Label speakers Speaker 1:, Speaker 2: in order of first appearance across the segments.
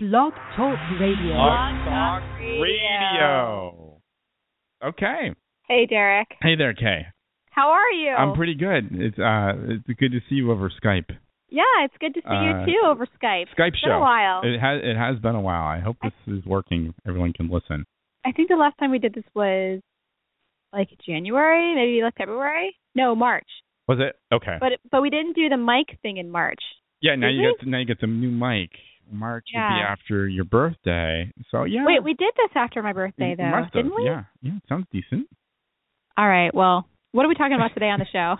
Speaker 1: Blog Talk Radio.
Speaker 2: Blog
Speaker 3: Talk
Speaker 2: Radio. Okay.
Speaker 3: Hey, Derek.
Speaker 2: Hey there, Kay.
Speaker 3: How are you?
Speaker 2: I'm pretty good. It's uh, it's good to see you over Skype.
Speaker 3: Yeah, it's good to see
Speaker 2: Uh,
Speaker 3: you too over Skype.
Speaker 2: Skype
Speaker 3: it's
Speaker 2: show.
Speaker 3: been a while.
Speaker 2: It has it has been a while. I hope this is working. Everyone can listen.
Speaker 3: I think the last time we did this was like January, maybe like February. No, March.
Speaker 2: Was it okay?
Speaker 3: But but we didn't do the mic thing in March.
Speaker 2: yeah. Now
Speaker 3: did
Speaker 2: you
Speaker 3: we?
Speaker 2: get now you get some new mic. March would be
Speaker 3: Yeah.
Speaker 2: after your birthday, so yeah.
Speaker 3: Wait, we did this after my birthday
Speaker 2: you
Speaker 3: though,
Speaker 2: must have.
Speaker 3: didn't we?
Speaker 2: Yeah. Yeah. It sounds decent.
Speaker 3: All right. Well, what are we talking about today on the show?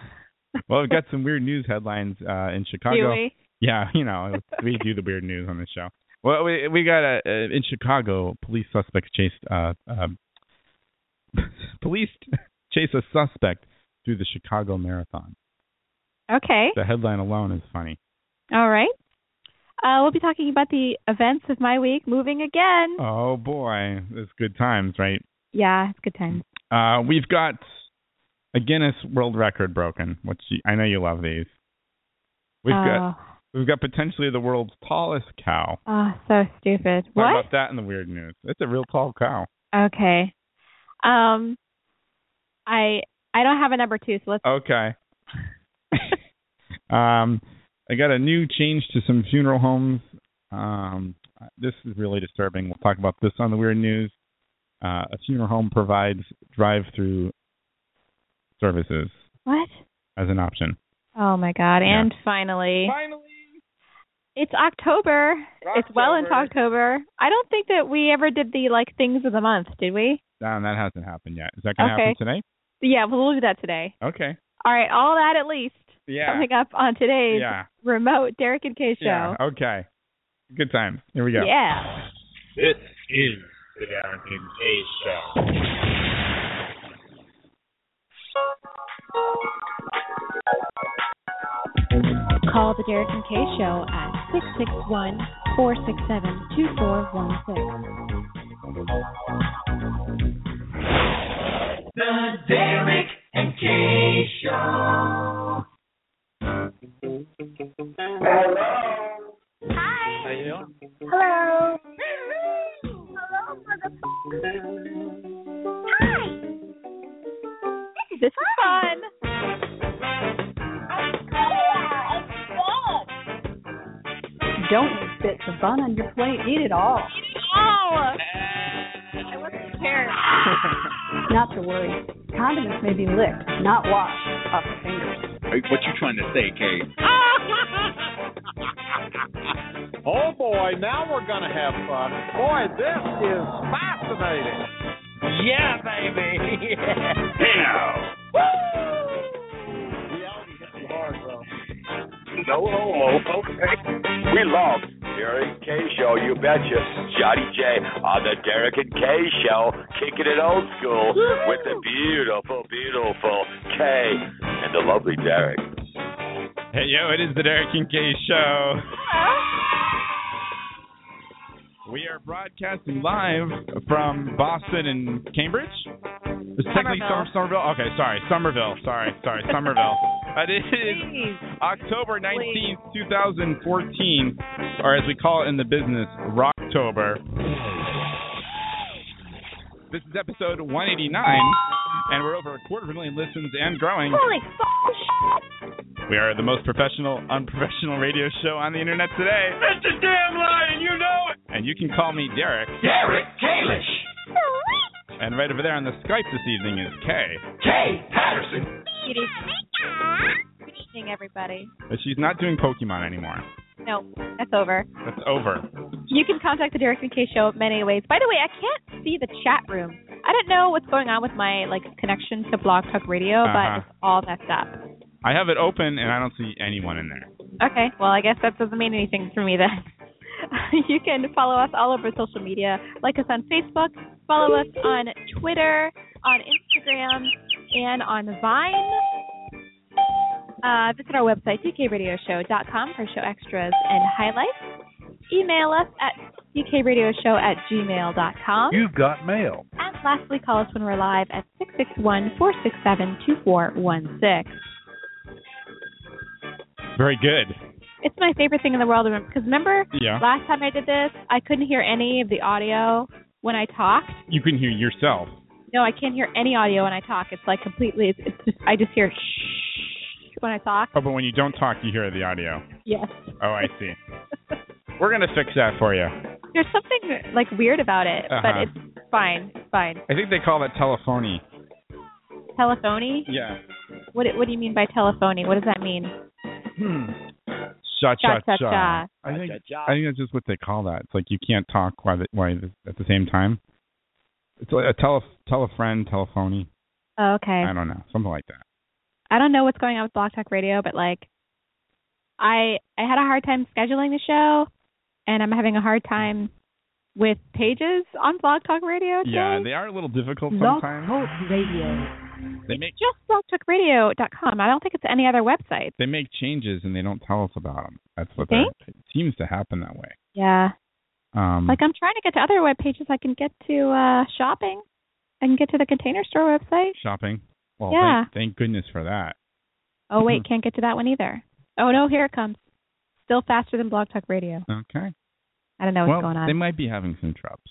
Speaker 2: Well, we've got some weird news headlines uh,
Speaker 3: do
Speaker 2: in Chicago.
Speaker 3: we?
Speaker 2: Yeah, you know, we do the weird news on the show. Well, we we got a, a in Chicago, police suspects chased uh, um, police chase a suspect through the Chicago Marathon.
Speaker 3: Okay.
Speaker 2: The headline alone is funny.
Speaker 3: All right. Uh, we'll be talking about the events of my week. Moving again.
Speaker 2: Oh boy, it's good times, right?
Speaker 3: Yeah, it's good times.
Speaker 2: Uh, we've got a Guinness World Record broken, which you, I know you love these. We've got
Speaker 3: oh,
Speaker 2: we've got potentially the world's tallest cow.
Speaker 3: oh, so stupid.
Speaker 2: What
Speaker 3: what?
Speaker 2: about that in the weird news? It's a real tall cow.
Speaker 3: Okay. Um I I don't have a number two, so let's
Speaker 2: Okay. um, I got a new change to some funeral homes. Um, this is really disturbing. We'll talk about this on the weird news. Uh, a funeral home provides drive-through services
Speaker 3: what?
Speaker 2: as an option.
Speaker 3: Oh my god.
Speaker 2: Yeah.
Speaker 3: And finally
Speaker 2: Finally,
Speaker 3: it's October. It's well into October. I don't think that we ever did the like things of the month, did we?
Speaker 2: Um, that hasn't happened yet. Is that going to
Speaker 3: Okay.
Speaker 2: happen today?
Speaker 3: Yeah, we'll we'll do that today.
Speaker 2: Okay.
Speaker 3: All right, all that at least.
Speaker 2: Yeah.
Speaker 3: Coming up on today's
Speaker 2: Yeah.
Speaker 3: remote Derek and Kay show.
Speaker 2: Yeah. Okay. Good times. Here we go.
Speaker 3: Yeah.
Speaker 2: This is the Darrington Hayes Show.
Speaker 1: Call the Derek and Kay Show at 661 467 2416.
Speaker 4: The Derek and Kay Show. Hello. Hi. How you doing? Hello. Hello, motherfucker. Hi.
Speaker 3: This is fun.
Speaker 1: Don't spit the bun on your plate. Eat it all.
Speaker 3: Oh. I wasn't prepared.
Speaker 1: Not to worry. Condiments may be licked, not washed off the fingers.
Speaker 5: What you trying to say, Kate?
Speaker 6: Oh boy, now we're going to have fun. Boy, this is fascinating.
Speaker 4: Yeah, baby. Hey now.
Speaker 6: Reality hits you hard, though.
Speaker 7: No homo. Okay. We love Derek and Kay Show, you betcha. Johnny J on the Derek and Kay Show, kicking it old school with the beautiful, beautiful Kay and the lovely Derek.
Speaker 2: Hey, yo, it is the Derek and Kay Show. We are broadcasting live from Boston and Cambridge. It's technically Somerville. Somerville. Okay, sorry, Somerville. Sorry, sorry, Somerville. it is
Speaker 3: Jeez.
Speaker 2: October 19th, 2014, or as we call it in the business, Rocktober. This is episode 189, and we're over a quarter of a million listens and growing.
Speaker 3: Holy fucking shit.
Speaker 2: We are the most professional, unprofessional radio show on the internet today.
Speaker 7: That's a damn lie, and you know it.
Speaker 2: And you can call me Derek.
Speaker 4: Derek Kalish.
Speaker 2: And right over there on the Skype this evening is Kay.
Speaker 4: Kay Patterson.
Speaker 3: Good evening, everybody.
Speaker 2: But she's not doing Pokemon anymore.
Speaker 3: No, that's over.
Speaker 2: That's over.
Speaker 3: You can contact the Derek and Kay show many ways. By the way, I can't see the chat room. I don't know what's going on with my like connection to Blog Talk Radio,
Speaker 2: Uh-huh.
Speaker 3: but it's all messed up.
Speaker 2: I have it open and I don't see anyone in there.
Speaker 3: Okay, well I guess that doesn't mean anything for me then. you can follow us all over social media. Like us on Facebook, follow us on Twitter, on Instagram, and on Vine. Uh, visit our website, dkradioshow.com for show extras and highlights. Email us at dkradioshow at gmail.com.
Speaker 6: You've got mail.
Speaker 3: And lastly, call us when we're live at 661 467 2416.
Speaker 2: Very good.
Speaker 3: It's my favorite thing in the world because remember
Speaker 2: Yeah.
Speaker 3: last time I did this, I couldn't hear any of the audio when I talked.
Speaker 2: You can hear yourself.
Speaker 3: No, I can't hear any audio when I talk. It's like completely. It's, it's just I just hear shh when I talk.
Speaker 2: Oh, but when you don't talk, you hear the audio.
Speaker 3: Yes.
Speaker 2: Oh, I see. We're gonna fix that for you.
Speaker 3: There's something like weird about it,
Speaker 2: Uh-huh.
Speaker 3: but it's fine. It's fine.
Speaker 2: I think they call that telephony.
Speaker 3: Telephony.
Speaker 2: Yeah.
Speaker 3: What What do you mean by telephony? What does that mean?
Speaker 2: Cha cha
Speaker 3: Cha, cha,
Speaker 2: Hmm. cha.
Speaker 3: cha.
Speaker 2: I think I think that's just what they call that. It's like you can't talk while the, while the, at the same time. It's like a tele telefriend, telephony.
Speaker 3: Oh, okay.
Speaker 2: I don't know, something like that.
Speaker 3: I don't know what's going on with Block Talk Radio, but like, I I had a hard time scheduling the show, and I'm having a hard time with pages on Blog Talk Radio. Today.
Speaker 2: Yeah, they are a little difficult
Speaker 8: Blog
Speaker 2: sometimes.
Speaker 8: Talk Radio.
Speaker 2: They make
Speaker 3: just blogtalkradio.com. I don't think it's any other website.
Speaker 2: they make changes and they don't tell us about them. That's what
Speaker 3: Think?
Speaker 2: they're- it seems to happen that way.
Speaker 3: Yeah.
Speaker 2: Um,
Speaker 3: Like I'm trying to get to other web pages. I can get to uh shopping. I can get to the Container Store website.
Speaker 2: shopping. Well,
Speaker 3: Yeah.
Speaker 2: thank, thank goodness for that.
Speaker 3: Oh wait,
Speaker 2: Hmm.
Speaker 3: can't get to that one either. Oh no, here it comes. Still faster than Blog Talk Radio.
Speaker 2: Okay.
Speaker 3: I don't know what's
Speaker 2: well,
Speaker 3: going
Speaker 2: they
Speaker 3: on.
Speaker 2: might be having some troubles.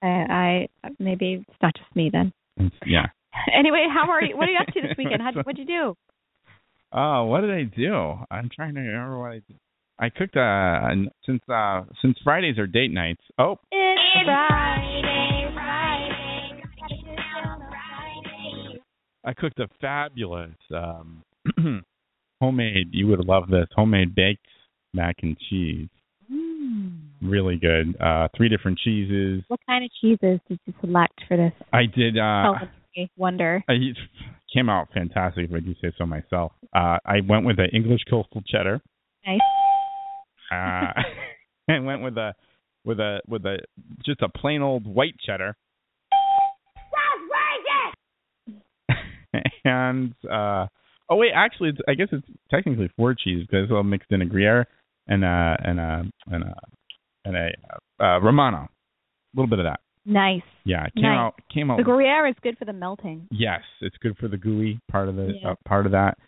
Speaker 3: I, I maybe it's not just me then.
Speaker 2: It's- Yeah.
Speaker 3: anyway, how are you? What are you up to this weekend? How, what'd you do?
Speaker 2: Oh, what did I do? I'm trying to remember what I did. I cooked uh an- since uh since Fridays are date nights. Oh,
Speaker 3: It's Friday.
Speaker 4: Friday, Friday, gotta get down Friday.
Speaker 2: I cooked a fabulous um homemade. You would love this homemade baked mac and cheese.
Speaker 3: Hmm.
Speaker 2: Really good. Uh, three different cheeses.
Speaker 3: What kind of cheeses did you select for this
Speaker 2: I did.
Speaker 3: Oh,
Speaker 2: Uh,
Speaker 3: culinary wonder?
Speaker 2: I it Uh, came out fantastic. If I do say so myself. Uh, I went with an English coastal cheddar.
Speaker 3: Nice.
Speaker 2: Uh, I went with a with a with a just a plain old white cheddar.
Speaker 4: That's Friday!
Speaker 2: and uh oh wait, actually, it's, I guess it's technically four cheese because it's all mixed in a Gruyere and uh and a and a and a uh, Romano. A little bit of that.
Speaker 3: Nice.
Speaker 2: Yeah, it came
Speaker 3: Nice.
Speaker 2: out came out.
Speaker 3: The Gruyere is good for the melting.
Speaker 2: yes, it's good for the gooey part of the
Speaker 3: Yeah.
Speaker 2: uh, part of that.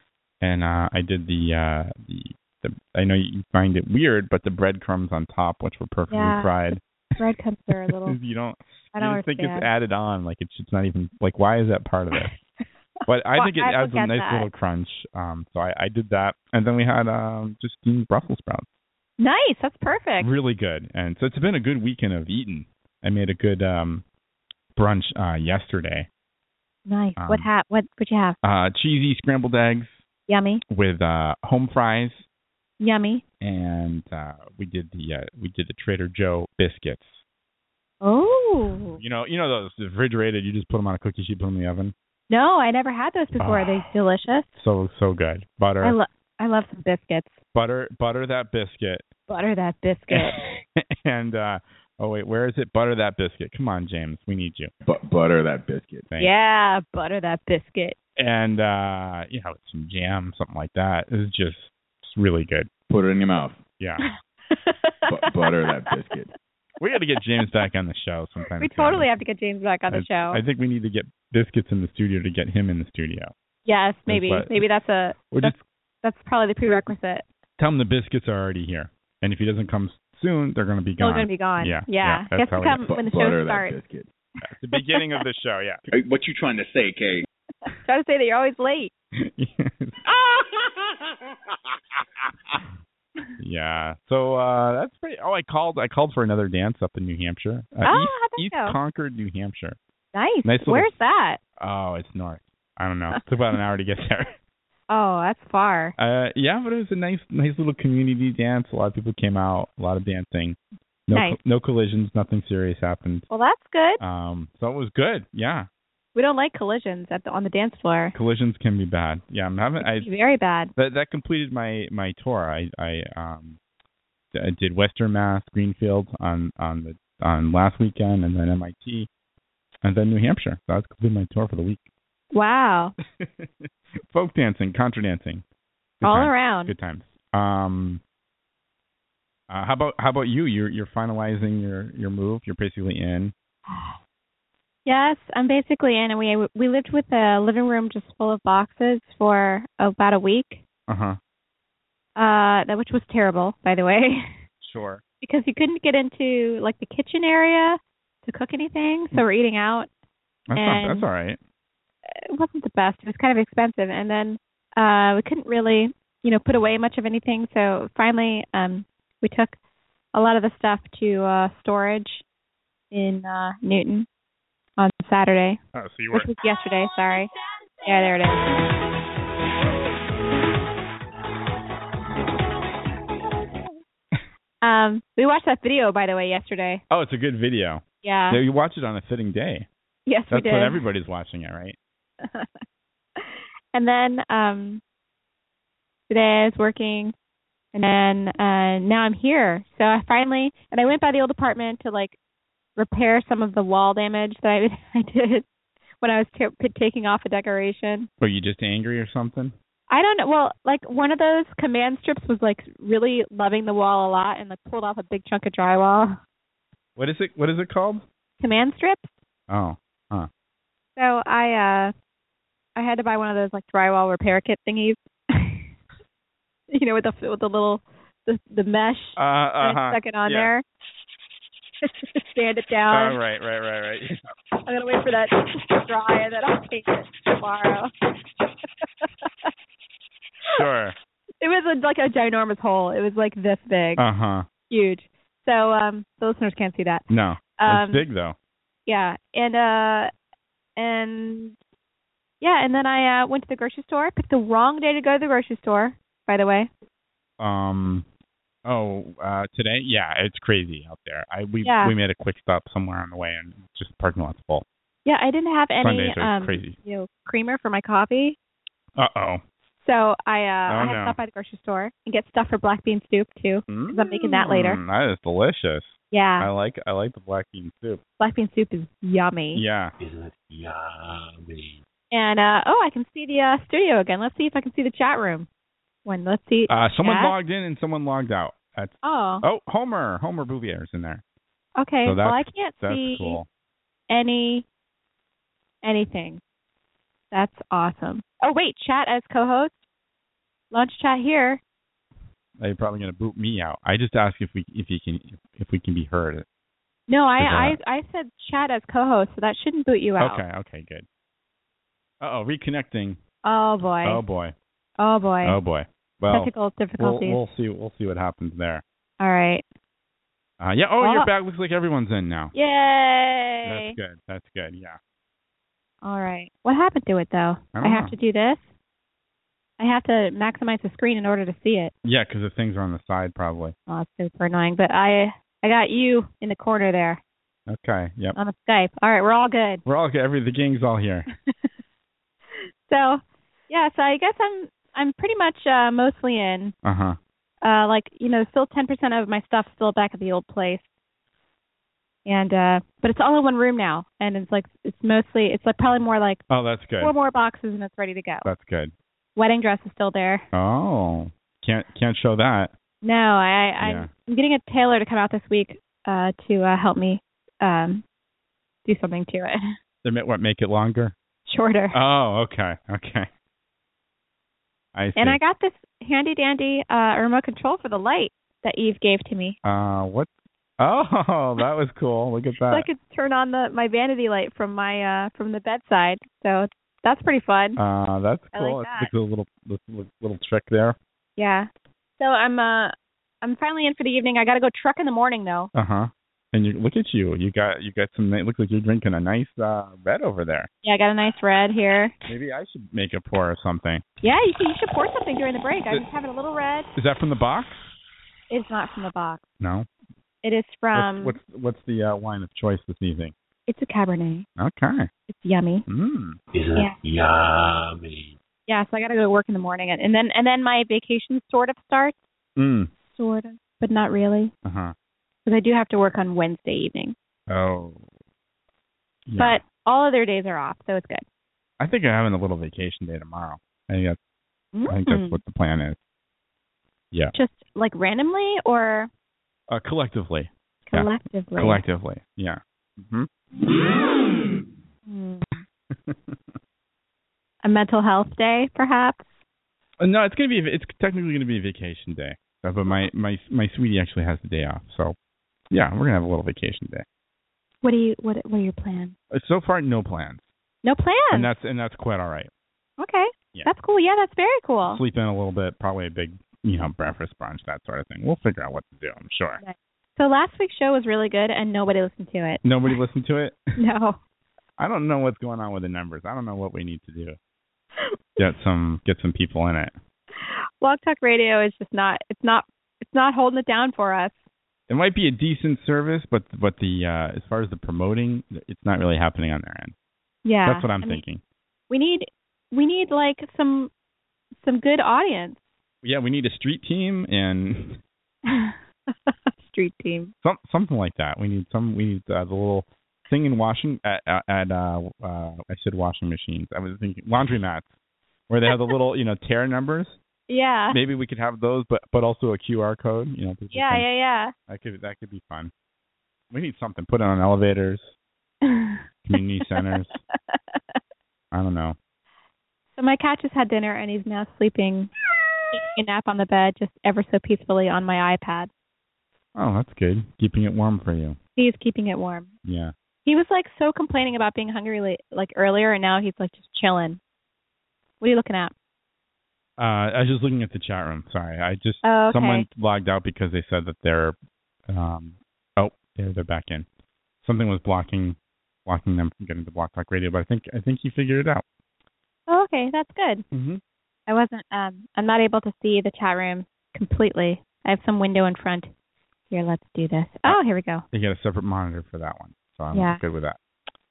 Speaker 2: And uh I did the uh the, the I know you find it weird, but the breadcrumbs on top, which were perfectly
Speaker 3: Yeah.
Speaker 2: fried.
Speaker 3: Breadcrumbs are a little.
Speaker 2: you don't
Speaker 3: I don't
Speaker 2: you just think
Speaker 3: understand.
Speaker 2: it's added on. Like it's just not even like why is that part of it? But I
Speaker 3: Well,
Speaker 2: think it
Speaker 3: I don't
Speaker 2: adds a
Speaker 3: get
Speaker 2: nice
Speaker 3: that.
Speaker 2: little crunch. Um, so I, I did that, and then we had um just steamed Brussels sprouts.
Speaker 3: Nice. That's perfect.
Speaker 2: Really good, and so it's been a good weekend of eating. I made a good um brunch uh yesterday.
Speaker 3: Nice.
Speaker 2: Um,
Speaker 3: what ha- What would you have?
Speaker 2: Uh, cheesy scrambled eggs
Speaker 3: Yummy.
Speaker 2: with uh home fries,
Speaker 3: Yummy.
Speaker 2: and uh we did the uh, we did the Trader Joe biscuits.
Speaker 3: Oh.
Speaker 2: You know, you know those refrigerated. You just put them on a cookie sheet, put them in the oven.
Speaker 3: No, I never had those before. Are
Speaker 2: Ah.
Speaker 3: they delicious?
Speaker 2: So so good. Butter,
Speaker 3: I love. I love some biscuits.
Speaker 2: butter, butter that biscuit.
Speaker 3: Butter that biscuit.
Speaker 2: and uh oh wait, where is it? Butter that biscuit. Come on, James, we need you.
Speaker 5: But butter that biscuit.
Speaker 2: Thanks.
Speaker 3: yeah, butter that biscuit.
Speaker 2: And uh you know, with some jam, something like that. It was just it's really good.
Speaker 5: Put it in your mouth.
Speaker 2: Yeah.
Speaker 5: butter that biscuit.
Speaker 2: We got to get James back on the show sometime.
Speaker 3: We
Speaker 2: soon.
Speaker 3: totally have to get James back on the
Speaker 2: I-
Speaker 3: show.
Speaker 2: I think we need to get biscuits in the studio to get him in the studio.
Speaker 3: yes, maybe.
Speaker 2: what-
Speaker 3: maybe that's a
Speaker 2: Or just
Speaker 3: that's that's probably the prerequisite.
Speaker 2: tell him the biscuits are already here, and if he doesn't come soon, they're going to be
Speaker 3: Still
Speaker 2: gone.
Speaker 3: gonna be gone.
Speaker 2: Yeah, yeah,
Speaker 3: Yeah.
Speaker 2: that's
Speaker 3: he has
Speaker 2: how
Speaker 3: to
Speaker 2: we-
Speaker 3: come
Speaker 5: Bu-
Speaker 3: when the
Speaker 5: butter
Speaker 3: show starts.
Speaker 5: that biscuit.
Speaker 2: At the beginning of the show. Yeah.
Speaker 5: Hey, What you trying to say, Kay?
Speaker 3: Try to say that you're always late.
Speaker 2: yeah. So uh that's pretty. Oh, I called. I called for another dance up in New Hampshire. Uh,
Speaker 3: oh,
Speaker 2: East,
Speaker 3: how'd that
Speaker 2: East
Speaker 3: go?
Speaker 2: Concord, New Hampshire.
Speaker 3: nice.
Speaker 2: nice little-
Speaker 3: Where's that?
Speaker 2: Oh, it's north. I don't know. It took about an hour to get there.
Speaker 3: Oh, that's far.
Speaker 2: Uh Yeah, but it was a nice, nice little community dance. A lot of people came out. A lot of dancing. No,
Speaker 3: Nice.
Speaker 2: no collisions. Nothing serious happened.
Speaker 3: Well, that's good.
Speaker 2: Um, so it was good. Yeah,
Speaker 3: We don't like collisions at the, on the dance floor.
Speaker 2: collisions can be bad. Yeah, I'm having. I
Speaker 3: It's very bad.
Speaker 2: that that completed my my tour. I I um d- I did Western Mass, Greenfield on on the on last weekend, and then MIT, and then New Hampshire. So that's completed my tour for the week.
Speaker 3: Wow.
Speaker 2: Folk dancing, contra dancing, Good
Speaker 3: All
Speaker 2: times.
Speaker 3: around.
Speaker 2: good times. Um, uh, how about how about you? You're you're finalizing your your move. You're basically in.
Speaker 3: Yes, I'm basically in, and we we lived with a living room just full of boxes for about a week,
Speaker 2: Uh huh.
Speaker 3: uh, that which was terrible, by the way,
Speaker 2: Sure.
Speaker 3: because you couldn't get into like the kitchen area to cook anything. So we're eating out.
Speaker 2: That's
Speaker 3: And-
Speaker 2: not, that's all right.
Speaker 3: It wasn't the best. It was kind of expensive, and then uh, we couldn't really, you know, put away much of anything. So finally, um, we took a lot of the stuff to uh, storage in uh, Newton on Saturday,
Speaker 2: Oh, so you
Speaker 3: which was yesterday. Sorry. Yeah, there it is. Um, we watched that video by the way yesterday.
Speaker 2: Oh, it's a good video.
Speaker 3: Yeah.
Speaker 2: Yeah, you watch it on a fitting day.
Speaker 3: yes, we
Speaker 2: That's
Speaker 3: did.
Speaker 2: when everybody's watching it, right?
Speaker 3: and then um today I was working and then uh now I'm here. So I finally and I went by the old apartment to like repair some of the wall damage that I, I did when I was ta- taking off a decoration.
Speaker 2: Were you just angry or something?
Speaker 3: I don't know. Well, like one of those command strips was like really loving the wall a lot and like pulled off a big chunk of drywall.
Speaker 2: What is it? What is it called?
Speaker 3: Command strips.
Speaker 2: Oh,
Speaker 3: So I uh I had to buy one of those like drywall repair kit thingies. you know, with the with the little the the mesh
Speaker 2: uh,
Speaker 3: and I
Speaker 2: uh
Speaker 3: stuck it on
Speaker 2: yeah. Uh,
Speaker 3: there. Stand it down.
Speaker 2: Oh, right, right, right, right.
Speaker 3: I'm gonna wait for that to dry and then I'll take it tomorrow.
Speaker 2: Sure.
Speaker 3: It was a, like a ginormous hole. It was like this big,
Speaker 2: Uh huh.
Speaker 3: huge. So um the listeners can't see that.
Speaker 2: No,
Speaker 3: Um,
Speaker 2: it's big though.
Speaker 3: Yeah, and uh, and yeah, and then I uh went to the grocery store. Picked the wrong day to go to the grocery store, by the way.
Speaker 2: Um. Oh, uh, today, yeah, it's crazy out there. I we
Speaker 3: Yeah.
Speaker 2: we made a quick stop somewhere on the way, and just the parking lot's full.
Speaker 3: Yeah, I didn't have any
Speaker 2: Sundays are
Speaker 3: um,
Speaker 2: crazy.
Speaker 3: you know, creamer for my coffee,
Speaker 2: Uh oh.
Speaker 3: so I uh I
Speaker 2: Oh,
Speaker 3: had to
Speaker 2: no.
Speaker 3: stop by the grocery store and get stuff for black bean soup too.
Speaker 2: Mm,
Speaker 3: I'm making that later.
Speaker 2: That is delicious. I
Speaker 3: Yeah,
Speaker 2: like I like the black bean soup.
Speaker 3: black bean soup is yummy.
Speaker 2: Yeah.
Speaker 3: And uh oh, I can see the uh studio again. Let's see if I can see the chat room. One, let's see.
Speaker 2: Uh, someone
Speaker 3: Chat?
Speaker 2: logged in and somemeone logged out. That's
Speaker 3: oh,
Speaker 2: oh Homer Homer Bouvier's in there.
Speaker 3: okay.
Speaker 2: oh, so
Speaker 3: well, I
Speaker 2: that's-
Speaker 3: can't
Speaker 2: That's
Speaker 3: see
Speaker 2: cool.
Speaker 3: any anything. That's awesome. Oh wait, chat as co-host. Launch chat here.
Speaker 2: They're probably gonna boot me out. I just asked if we if you can if we can be heard.
Speaker 3: No, I
Speaker 2: Is
Speaker 3: I I said chat as co-host, so that shouldn't boot you out.
Speaker 2: Okay. Okay. Good. Uh oh, reconnecting.
Speaker 3: Oh boy.
Speaker 2: Oh boy.
Speaker 3: Oh boy.
Speaker 2: Oh boy. Well,
Speaker 3: Technical
Speaker 2: we'll,
Speaker 3: difficulties.
Speaker 2: we'll see we'll see what happens there.
Speaker 3: All right.
Speaker 2: Uh, yeah. Oh,
Speaker 3: Well-
Speaker 2: your bag looks like everyone's in now.
Speaker 3: Yay.
Speaker 2: That's good. That's good. Yeah.
Speaker 3: All right. What happened to it though?
Speaker 2: I
Speaker 3: I,
Speaker 2: don't
Speaker 3: have
Speaker 2: know.
Speaker 3: to do this. I have to maximize the screen in order to see it.
Speaker 2: Yeah, because the things are on the side probably.
Speaker 3: Oh, it's super annoying. But I I got you in the corner there
Speaker 2: Okay. Yep.
Speaker 3: on the Skype. All right, we're all good.
Speaker 2: We're all good. Every the gang's all here.
Speaker 3: so yeah, so I guess I'm I'm pretty much uh mostly in.
Speaker 2: Uh huh.
Speaker 3: Uh like, you know, still ten percent of my stuff's still back at the old place. And uh but it's all in one room now and it's like it's mostly it's like probably more like
Speaker 2: Oh, that's good.
Speaker 3: four more boxes and it's ready to go.
Speaker 2: That's good.
Speaker 3: Wedding dress is still there.
Speaker 2: Oh, can't can't show that.
Speaker 3: No, I, I
Speaker 2: Yeah.
Speaker 3: I'm getting a tailor to come out this week uh to uh help me um do something to it.
Speaker 2: They ma- what make it longer?
Speaker 3: Shorter.
Speaker 2: Oh, okay, okay. I see.
Speaker 3: and I got this handy dandy uh remote control for the light that Eve gave to me.
Speaker 2: uh, what? Oh, that was cool. Look at that.
Speaker 3: so I could turn on the my vanity light from my uh from the bedside. So that's pretty fun.
Speaker 2: uh, that's
Speaker 3: I
Speaker 2: cool.
Speaker 3: like
Speaker 2: That's a little little- little little trick there.
Speaker 3: yeah. So I'm uh I'm finally in for the evening. I got to go truck in the morning though.
Speaker 2: Uh huh. And you look at you. You got you got some. ni- Looks like you're drinking a nice uh, red over there.
Speaker 3: Yeah, I got a nice red here.
Speaker 2: Maybe I should make a pour or something.
Speaker 3: Yeah, you should, you should pour something during the break. I'm just having a little red.
Speaker 2: Is that from the box?
Speaker 3: It's not from the box.
Speaker 2: No.
Speaker 3: It is from
Speaker 2: what's what's, what's the uh, wine of choice this evening?
Speaker 3: it's a cabernet.
Speaker 2: Okay.
Speaker 3: It's yummy.
Speaker 2: Mm.
Speaker 3: Yeah, so I got to go to work in the morning and, and then and then my vacation sort of starts,
Speaker 2: Mm.
Speaker 3: sort of, but not really
Speaker 2: Uh huh.
Speaker 3: because I do have to work on Wednesday evening.
Speaker 2: Oh. Yeah.
Speaker 3: But all other days are off, so it's good.
Speaker 2: I think I'm having a little vacation day tomorrow. I think that's, I think
Speaker 3: Mm.
Speaker 2: that's what the plan is. Yeah.
Speaker 3: just like randomly or
Speaker 2: Uh, collectively. Yeah.
Speaker 3: collectively?
Speaker 2: Collectively. Yeah. hmm
Speaker 3: Hmm. A mental health day, perhaps.
Speaker 2: Uh, No, it's gonna be it's technically gonna be a vacation day. Uh, But my my my sweetie actually has the day off, so yeah, we're gonna have a little vacation day.
Speaker 1: What do you what what are your plans?
Speaker 2: Uh, So far, no plans,
Speaker 3: No
Speaker 2: and
Speaker 3: plans.
Speaker 2: that's and that's quite all right.
Speaker 3: Okay.
Speaker 2: Yeah.
Speaker 3: That's cool. Yeah, that's very cool.
Speaker 2: Sleep in a little bit, probably a big you know breakfast brunch that sort of thing. We'll figure out what to do. I'm sure.
Speaker 3: So last week's show was really good, and nobody listened to it.
Speaker 2: Nobody listened to it.
Speaker 3: No.
Speaker 2: I don't know what's going on with the numbers. I don't know what we need to do. Get some get some people in it.
Speaker 3: Blog Talk Radio is just not. It's not. It's not holding it down for us.
Speaker 2: It might be a decent service, but but the uh, as far as the promoting, it's not really happening on their end.
Speaker 3: Yeah.
Speaker 2: That's what I'm
Speaker 3: I mean,
Speaker 2: thinking.
Speaker 3: We need. We need like some. Some good audience.
Speaker 2: Yeah, we need a street team and
Speaker 3: Street team.
Speaker 2: some something like that. We need some. We need uh, the little thing in washing at at at, uh, uh, I said washing machines. I was thinking laundromats where they have the little you know tear numbers.
Speaker 3: Yeah.
Speaker 2: Maybe we could have those, but but also a QR code. You know, people
Speaker 3: Yeah.
Speaker 2: can-
Speaker 3: Yeah.
Speaker 2: that could that could be fun. We need something. Put it on elevators,
Speaker 3: Yeah.
Speaker 2: community centers. I don't know.
Speaker 3: So my cat just had dinner and he's now sleeping, taking a nap on the bed, just ever so peacefully on my iPad.
Speaker 2: Oh, that's good. Keeping it warm for you.
Speaker 3: He's keeping it warm.
Speaker 2: Yeah.
Speaker 3: He was like so complaining about being hungry late, like earlier, and now he's like just chilling. What are you looking at?
Speaker 2: Uh, I was just looking at the chat room. Sorry, I just
Speaker 3: Oh, okay.
Speaker 2: someone logged out because they said that they're um oh they're they're back in something was blocking blocking them from getting to block talk radio but i think i think he figured it out
Speaker 3: Oh, okay, that's good.
Speaker 2: mm-hmm.
Speaker 3: I wasn't. Um, I'm not able to see the chat room completely. I have some window in front. Here, let's do this. Oh, here we go.
Speaker 2: they get a separate monitor for that one so i'm
Speaker 3: Yeah.
Speaker 2: good with that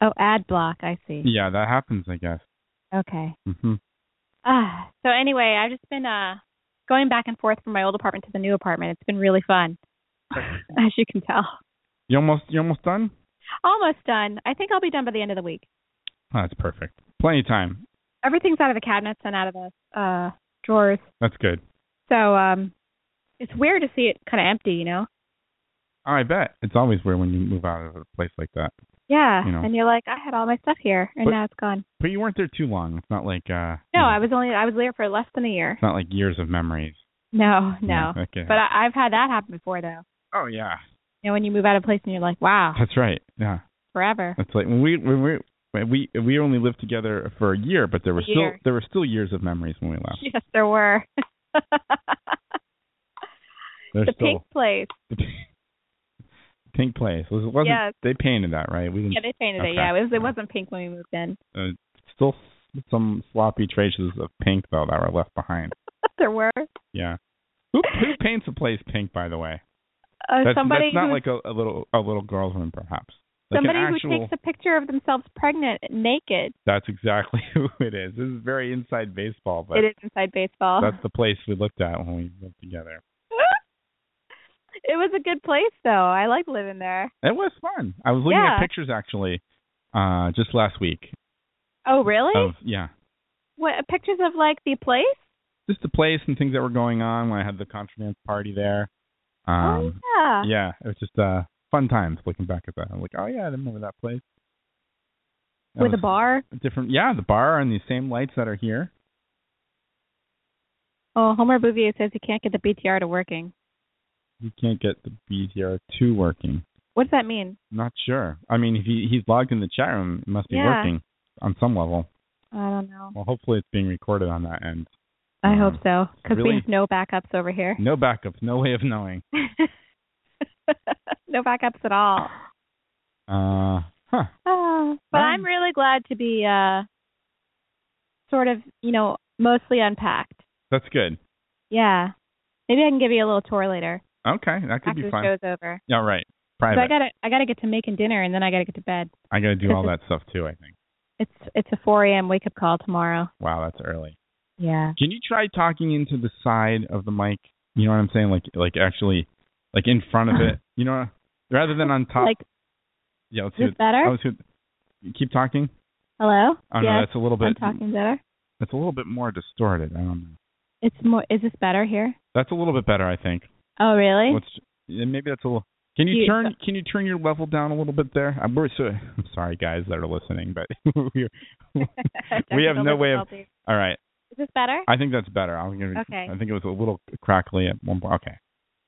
Speaker 3: Oh, ad block. I see.
Speaker 2: yeah that happens i guess
Speaker 3: Okay.
Speaker 2: hmm
Speaker 3: Ah, so anyway, I've just been uh going back and forth from my old apartment to the new apartment. It's been really fun, as you can tell.
Speaker 2: you almost you almost done
Speaker 3: Almost done. I think I'll be done by the end of the week.
Speaker 2: oh, that's perfect plenty of time
Speaker 3: Everything's out of the cabinets and out of the uh drawers.
Speaker 2: that's good
Speaker 3: So um it's weird to see it kind of empty, you know?
Speaker 2: oh, i bet it's always weird when you move out of a place like that
Speaker 3: Yeah.
Speaker 2: You know.
Speaker 3: And you're like, I had all my stuff here and
Speaker 2: But-
Speaker 3: now it's gone.
Speaker 2: but you weren't there too long it's not like uh
Speaker 3: No,
Speaker 2: you know,
Speaker 3: I was only I was there for less than a year.
Speaker 2: it's not like years of memories
Speaker 3: No,
Speaker 2: Yeah,
Speaker 3: no.
Speaker 2: okay
Speaker 3: But I, I've had that happen before though.
Speaker 2: oh yeah
Speaker 3: You know, when you move out of place and you're like, Wow,
Speaker 2: that's right yeah
Speaker 3: forever.
Speaker 2: That's like when we when we when we we only lived together for a year, but there were
Speaker 3: A
Speaker 2: still
Speaker 3: year.
Speaker 2: there were still years of memories when we left.
Speaker 3: Yes, there were.
Speaker 2: There's
Speaker 3: the
Speaker 2: still
Speaker 3: pink place.
Speaker 2: the p- pink place. Was it wasn't
Speaker 3: Yes.
Speaker 2: they painted that right? We didn't
Speaker 3: Yeah, they painted
Speaker 2: Okay.
Speaker 3: it. Yeah, it, was,
Speaker 2: Yeah.
Speaker 3: it wasn't pink when we moved in.
Speaker 2: uh, still s- some sloppy traces of pink though that were left behind.
Speaker 3: there were uh,
Speaker 2: Yeah. Who who paints a place pink by the way?
Speaker 3: uh,
Speaker 2: That's,
Speaker 3: somebody
Speaker 2: that's not
Speaker 3: who
Speaker 2: like a, a little a little girl's room perhaps. Like
Speaker 3: somebody
Speaker 2: an actual
Speaker 3: who takes a picture of themselves pregnant naked.
Speaker 2: that's exactly who it is. This is very inside baseball, but
Speaker 3: it is inside baseball.
Speaker 2: that's the place we looked at when we lived together.
Speaker 3: it was a good place though. I like living there.
Speaker 2: It was fun. I was looking
Speaker 3: Yeah.
Speaker 2: at pictures actually, uh, just last week
Speaker 3: Oh, really?
Speaker 2: of yeah,
Speaker 3: What pictures of like the place?
Speaker 2: just the place and things that were going on when I had the contraband party there. Um,
Speaker 3: oh, yeah.
Speaker 2: yeah, it was just uh, fun times looking back at that. I'm like, oh yeah, I remember that place. That
Speaker 3: With a
Speaker 2: was
Speaker 3: bar.
Speaker 2: a different, yeah, the bar and the same lights that are here.
Speaker 3: Oh, Homer Bouvier says he can't get the BTR to working.
Speaker 2: You can't get the BTR two working.
Speaker 3: What does that mean?
Speaker 2: Not sure. I mean, if he, he's logged in the chat room, it must be
Speaker 3: Yeah.
Speaker 2: working on some level.
Speaker 3: I don't know.
Speaker 2: Well, hopefully it's being recorded on that end.
Speaker 3: I hope
Speaker 2: Um,
Speaker 3: so, because we
Speaker 2: really?
Speaker 3: have no backups over here.
Speaker 2: No backups, no way of knowing.
Speaker 3: no backups at all.
Speaker 2: Uh, huh.
Speaker 3: Oh, but
Speaker 2: Wow.
Speaker 3: I'm really glad to be uh sort of, you know, mostly unpacked.
Speaker 2: That's good.
Speaker 3: Yeah. Maybe I can give you a little tour later
Speaker 2: Okay, that could
Speaker 3: after
Speaker 2: be
Speaker 3: the
Speaker 2: fun.
Speaker 3: show's over.
Speaker 2: All right,
Speaker 3: So I
Speaker 2: private.
Speaker 3: gotta I gotta get to making dinner and then I gotta get to bed.
Speaker 2: I got to do all that stuff too. I think.
Speaker 3: It's it's a 4 a.m. wake up call tomorrow.
Speaker 2: Wow, that's early.
Speaker 3: Yeah.
Speaker 2: Can you try talking into the side of the mic? You know what I'm saying? Like, like actually, like in front of it. You know, rather than on top.
Speaker 3: Like
Speaker 2: yeah, let's
Speaker 3: is
Speaker 2: see.
Speaker 3: this better?
Speaker 2: what- let's see what- keep talking.
Speaker 3: Hello?
Speaker 2: Oh no,
Speaker 3: yes.
Speaker 2: that's a little
Speaker 3: I'm
Speaker 2: bit.
Speaker 3: talking better.
Speaker 2: That's a little bit more distorted. I don't know.
Speaker 3: It's more is this better here?
Speaker 2: That's a little bit better, I think.
Speaker 3: Oh really?
Speaker 2: Let's. yeah, Maybe that's a little. Can you
Speaker 3: You-
Speaker 2: turn? Can you turn your level down a little bit there? I'm, we're so, I'm sorry, guys that are listening, but we're, we have
Speaker 3: Technical
Speaker 2: no way of
Speaker 3: difficulty.
Speaker 2: All right.
Speaker 3: Is this better?
Speaker 2: I think that's better. I'll give it,
Speaker 3: Okay.
Speaker 2: I think it was a little crackly at one point. Okay.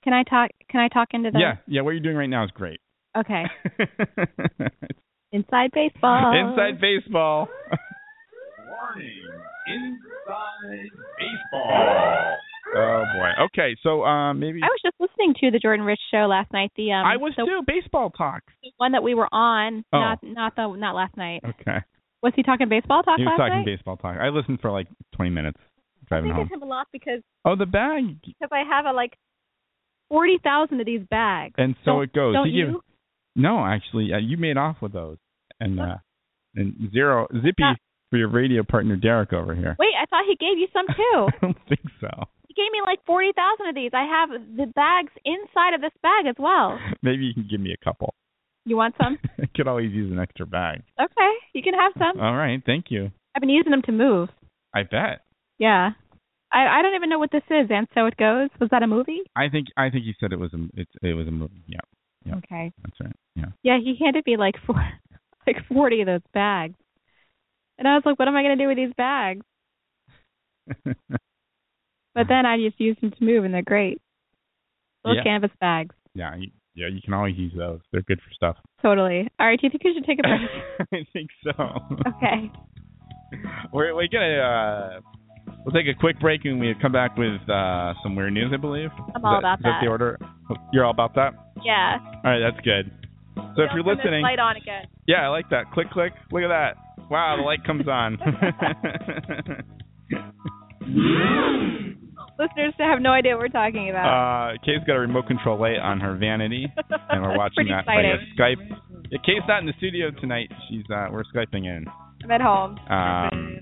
Speaker 3: Can I talk? Can I talk into the?
Speaker 2: Yeah, yeah. What you're doing right now is great.
Speaker 3: Okay. Inside baseball.
Speaker 2: Inside baseball. oh boy. Okay, so uh, maybe
Speaker 3: I was just listening to the Jordan Rich show last night. The um,
Speaker 2: I was
Speaker 3: the
Speaker 2: too. Baseball talk.
Speaker 3: one that we were on.
Speaker 2: Oh.
Speaker 3: Not not the not last night.
Speaker 2: Okay.
Speaker 3: Was he talking baseball talk
Speaker 2: He was
Speaker 3: last night?
Speaker 2: talking baseball talk. I listened for like 20 minutes
Speaker 3: I
Speaker 2: driving
Speaker 3: think
Speaker 2: home.
Speaker 3: it's him a lot because
Speaker 2: Oh, the bag.
Speaker 3: because I have a like forty thousand of these bags.
Speaker 2: And so
Speaker 3: Don't-
Speaker 2: it goes.
Speaker 3: Don't
Speaker 2: Oh, He
Speaker 3: you?
Speaker 2: gave- no, actually, uh, you made off with those. And uh, and zero zippy
Speaker 3: Not-
Speaker 2: for your radio partner Derek over here.
Speaker 3: Wait, I thought he gave you some too.
Speaker 2: I don't think so.
Speaker 3: he gave me like forty thousand of these. I have the bags inside of this bag as well.
Speaker 2: Maybe you can give me a couple.
Speaker 3: You want some?
Speaker 2: I could always use an extra bag.
Speaker 3: okay, you can have some.
Speaker 2: All right, thank you.
Speaker 3: I've been using them to move.
Speaker 2: I bet.
Speaker 3: Yeah. I I don't even know what this is, and so it goes. Was that a movie?
Speaker 2: I think I think you said it was a it, it was a movie. Yeah, Yeah.
Speaker 3: Okay.
Speaker 2: that's right. Yeah.
Speaker 3: Yeah, he handed me like four, like forty of those bags, and I was like, "What am I gonna do with these bags?" But then I just used them to move, and they're great. Little
Speaker 2: Yeah.
Speaker 3: canvas bags,
Speaker 2: yeah, you, yeah, you can always use those. They're good for stuff.
Speaker 3: totally. All right, do you think we should take a break?
Speaker 2: I think so.
Speaker 3: okay.
Speaker 2: We're we're gonna uh, we'll take a quick break and we come back with uh, some weird news, I believe.
Speaker 3: I'm all
Speaker 2: Is
Speaker 3: about
Speaker 2: is that. the
Speaker 3: that.
Speaker 2: order? You're all about that.
Speaker 3: Yeah.
Speaker 2: All right, that's good. So if
Speaker 3: Don't
Speaker 2: you're
Speaker 3: turn this
Speaker 2: listening,
Speaker 3: light on again.
Speaker 2: yeah, I like that. Click, click. Look at that. Wow, the light comes on.
Speaker 3: Listeners have no idea what we're talking about.
Speaker 2: uh, Kay's got a remote control light on her vanity. Uh, and we're
Speaker 3: That's
Speaker 2: watching
Speaker 3: pretty
Speaker 2: that
Speaker 3: exciting.
Speaker 2: via Skype. Yeah, Kay's not in the studio tonight. She's uh, we're skyping in.
Speaker 3: I'm at home.
Speaker 2: Um,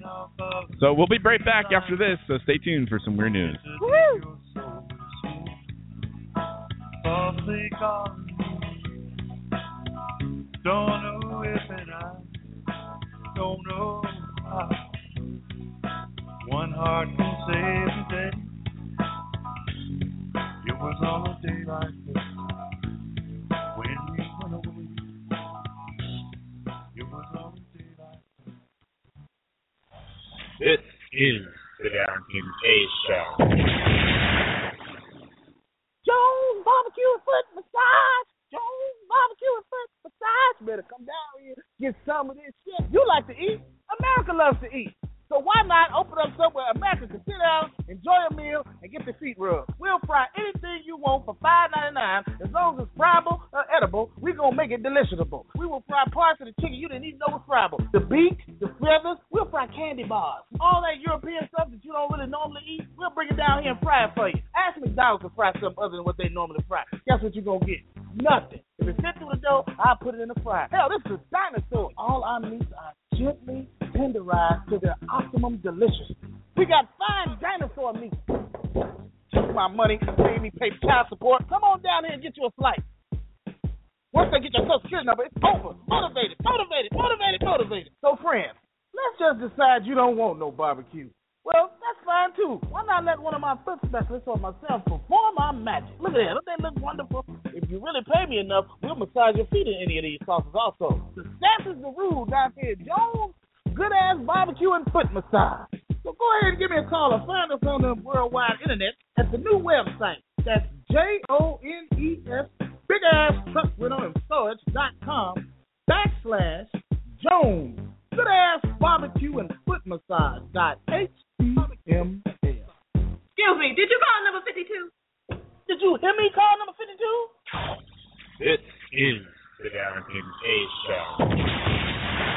Speaker 2: so we'll be right back after this. So stay tuned for some weird news.
Speaker 3: Woo!
Speaker 8: Don't know if and I don't know how. One heart can save the day. It was on a day like this when we went away. It was on a day like
Speaker 6: This is the Darrington K Show.
Speaker 4: Jones barbecue foot massage. Jones barbecue foot massage. Better come down here, get some of this shit. You like to eat. America loves to eat. So why not open up somewhere America can sit down, enjoy a meal, and get their feet rubbed? We'll fry anything you want for five ninety nine. As long as it's friable or edible, we're gonna make it deliciousable. We will fry parts of the chicken you didn't even know was friable. The beak, the feathers, we'll fry candy bars. All that European stuff that you don't really normally eat, we'll bring it down here and fry it for you. Ask McDonald's to fry something other than what they normally fry. Guess what you're gonna get? Nothing. If it fit through the dough, I'll put it in the fryer. Hell, this is a dinosaur. All our meats are gently tenderized to their optimum deliciousness. We got fine dinosaur meat. Take my money, pay me, pay child support. Come on down here and get you a slice. Once they get your social security number, it's over. Motivated, motivated, motivated, motivated. So, friends, let's just decide you don't want no barbecue. Well, that's fine too. Why not let one of my foot specialists or myself perform our magic? Look at that. Don't they look wonderful? If you really pay me enough, we'll massage your feet in any of these sauces also. Success is the rule down here, at Jones. Good ass barbecue and foot massage. So go ahead and give me a call or find us on the worldwide internet at the new website. That's J O N E S big ass truck rental and storage dot com backslash Jones. Good ass barbecue and foot massage dot H T M L. Excuse me, did you call number fifty two? Did you hear me call number fifty two?
Speaker 6: This is the Darrington K Show.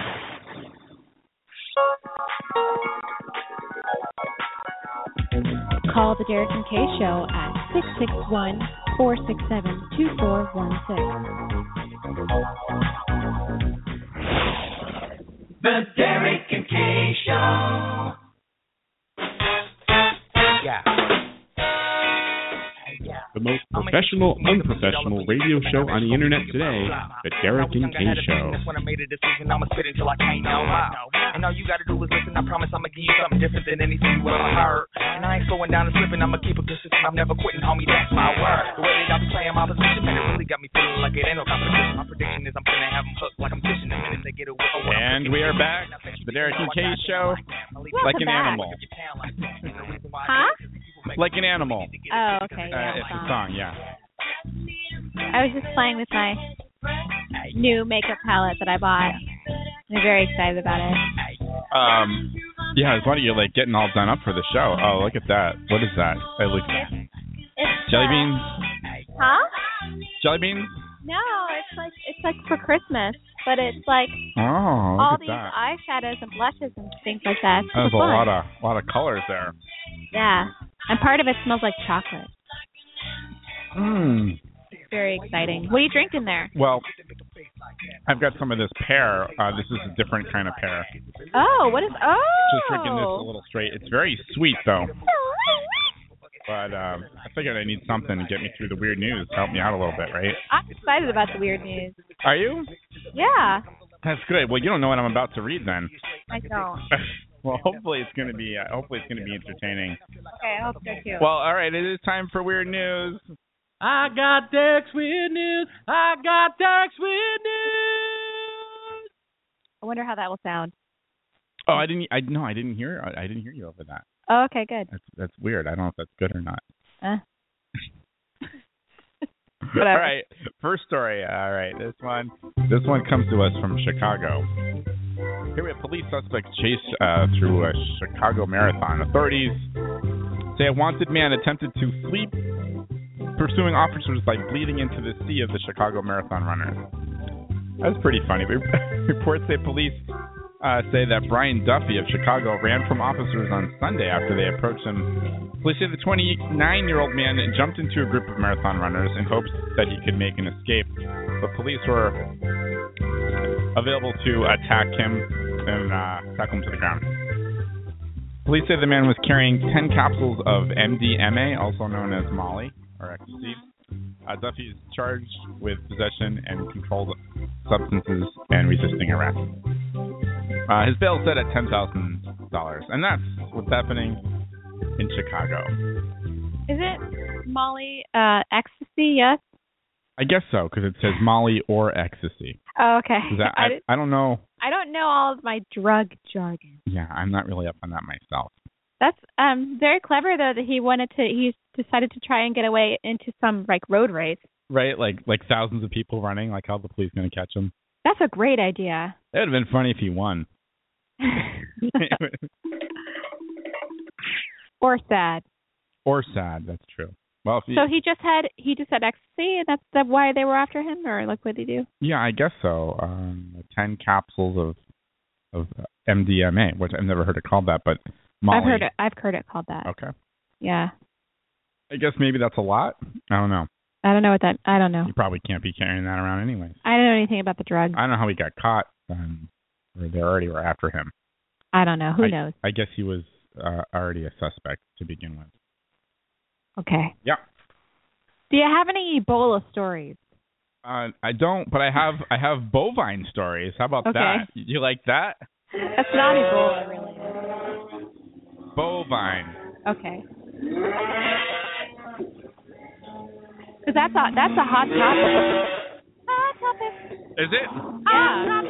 Speaker 1: Call the Derek and Kay Show at 661 467 2416.
Speaker 4: Yeah. Yeah.
Speaker 9: the most professional, unprofessional radio show on the internet today, The Derek and Kay Show.
Speaker 10: That's when I made a decision. I'ma spit until I can't no more. And all you gotta do is listen. I promise I'ma give you something different than anything you ever heard. And I ain't slowing down and slipping. I'ma keep it consistent. I'm never quitting, homie. That's my word. The way that y'all be playing my position, man, it really got me feeling like it ain't no competition. My prediction is I'm finna have 'em hooked like I'm fishing the minute they get away. from what I'm
Speaker 2: And we are back. The Derek and Kay Show, like an animal.
Speaker 3: Huh?
Speaker 2: Like an animal.
Speaker 3: Oh, okay.
Speaker 2: Uh,
Speaker 3: Yeah,
Speaker 2: it's a
Speaker 3: song.
Speaker 2: song, yeah.
Speaker 3: I was just playing with my new makeup palette that I bought. I'm very excited about it.
Speaker 2: Um, yeah, it's funny you're like getting all done up for the show. Oh, look at that. What is that? I look
Speaker 3: It's
Speaker 2: jelly
Speaker 3: uh,
Speaker 2: beans.
Speaker 3: Huh?
Speaker 2: Jelly beans.
Speaker 3: No, it's like it's like for Christmas, but it's like
Speaker 2: Oh,
Speaker 3: all
Speaker 2: look
Speaker 3: these
Speaker 2: at that.
Speaker 3: eyeshadows and blushes and things like that. It's
Speaker 2: That's a
Speaker 3: super fun.
Speaker 2: lot of lot of colors there.
Speaker 3: Yeah, and part of it smells like chocolate.
Speaker 2: Mm.
Speaker 3: It's very exciting. What are you drinking there?
Speaker 2: Well, I've got some of this pear. Uh, this is a different kind of pear.
Speaker 3: Oh, what is oh?
Speaker 2: Just drinking this a little straight. It's very sweet though. But um, I figured I need something to get me through the weird news. Help me out a little bit, right?
Speaker 3: I'm excited about the weird news.
Speaker 2: Are you?
Speaker 3: Yeah,
Speaker 2: That's good. Well, you don't know what I'm about to read then.
Speaker 3: I don't.
Speaker 2: well, hopefully it's gonna be uh, hopefully it's gonna be entertaining.
Speaker 3: Okay, I hope so too.
Speaker 2: Well, all right, it is time for weird news.
Speaker 11: I got Dex with news. I got Dex with news.
Speaker 3: I wonder how that will sound.
Speaker 2: Oh, I didn't. I no, I didn't hear. I, I didn't hear you over that.
Speaker 3: Oh, okay, good.
Speaker 2: That's that's weird. I don't know if that's good or not.
Speaker 3: Uh.
Speaker 2: All right, first story. All right, this one. This one comes to us from Chicago. Here we have police suspect chased uh, through a Chicago marathon. Authorities say a wanted man attempted to flee, pursuing officers by bleeding into the sea of the Chicago marathon runners. That's pretty funny. Reports say police uh, say that Brian Duffy of Chicago ran from officers on Sunday after they approached him. Police say the 29-year-old man jumped into a group of marathon runners in hopes that he could make an escape, but police were available to attack him and uh, tackle him to the ground. Police say the man was carrying 10 capsules of MDMA, also known as Molly or ecstasy. Uh, Duffy is charged with possession and controlled substances and resisting arrest. Uh, his bail set at ten thousand dollars, and that's what's happening in Chicago.
Speaker 3: Is it Molly uh, ecstasy? Yes.
Speaker 2: I guess so, because it says Molly or ecstasy.
Speaker 3: Oh, okay.
Speaker 2: 'Cause I,
Speaker 3: I,
Speaker 2: I,
Speaker 3: didn't-
Speaker 2: I don't know.
Speaker 3: I don't know all of my drug jargon.
Speaker 2: Yeah, I'm not really up on that myself.
Speaker 3: That's um very clever though that he wanted to he decided to try and get away into some like road race.
Speaker 2: Right? Like like thousands of people running. Like how the police going to catch him?
Speaker 3: That's a great idea.
Speaker 2: It would have been funny if he won.
Speaker 3: or sad.
Speaker 2: or sad. That's true. Well, if he,
Speaker 3: So he just had he just had ecstasy and that's the, why they were after him or like what did he do?
Speaker 2: yeah, I guess so. Um, ten capsules of of MDMA, which I've never heard it called that, but Molly.
Speaker 3: I've heard it I've heard it called that.
Speaker 2: Okay.
Speaker 3: Yeah.
Speaker 2: I guess maybe that's a lot. I don't know.
Speaker 3: I don't know what that I don't know.
Speaker 2: You probably can't be carrying that around anyway.
Speaker 3: I don't know anything about the drugs.
Speaker 2: I don't know how he got caught. Um, or they already were after him.
Speaker 3: I don't know. Who
Speaker 2: I,
Speaker 3: knows?
Speaker 2: I guess he was uh, already a suspect to begin with.
Speaker 3: Okay.
Speaker 2: Yeah.
Speaker 3: Do you have any Ebola stories?
Speaker 2: Uh, I don't, but I have I have bovine stories. How about
Speaker 3: Okay.
Speaker 2: that? You like that?
Speaker 3: That's not Ebola really.
Speaker 2: Bovine.
Speaker 3: Okay. Cuz that's a that's a hot topic. Hot topic.
Speaker 2: Is it?
Speaker 3: Yeah.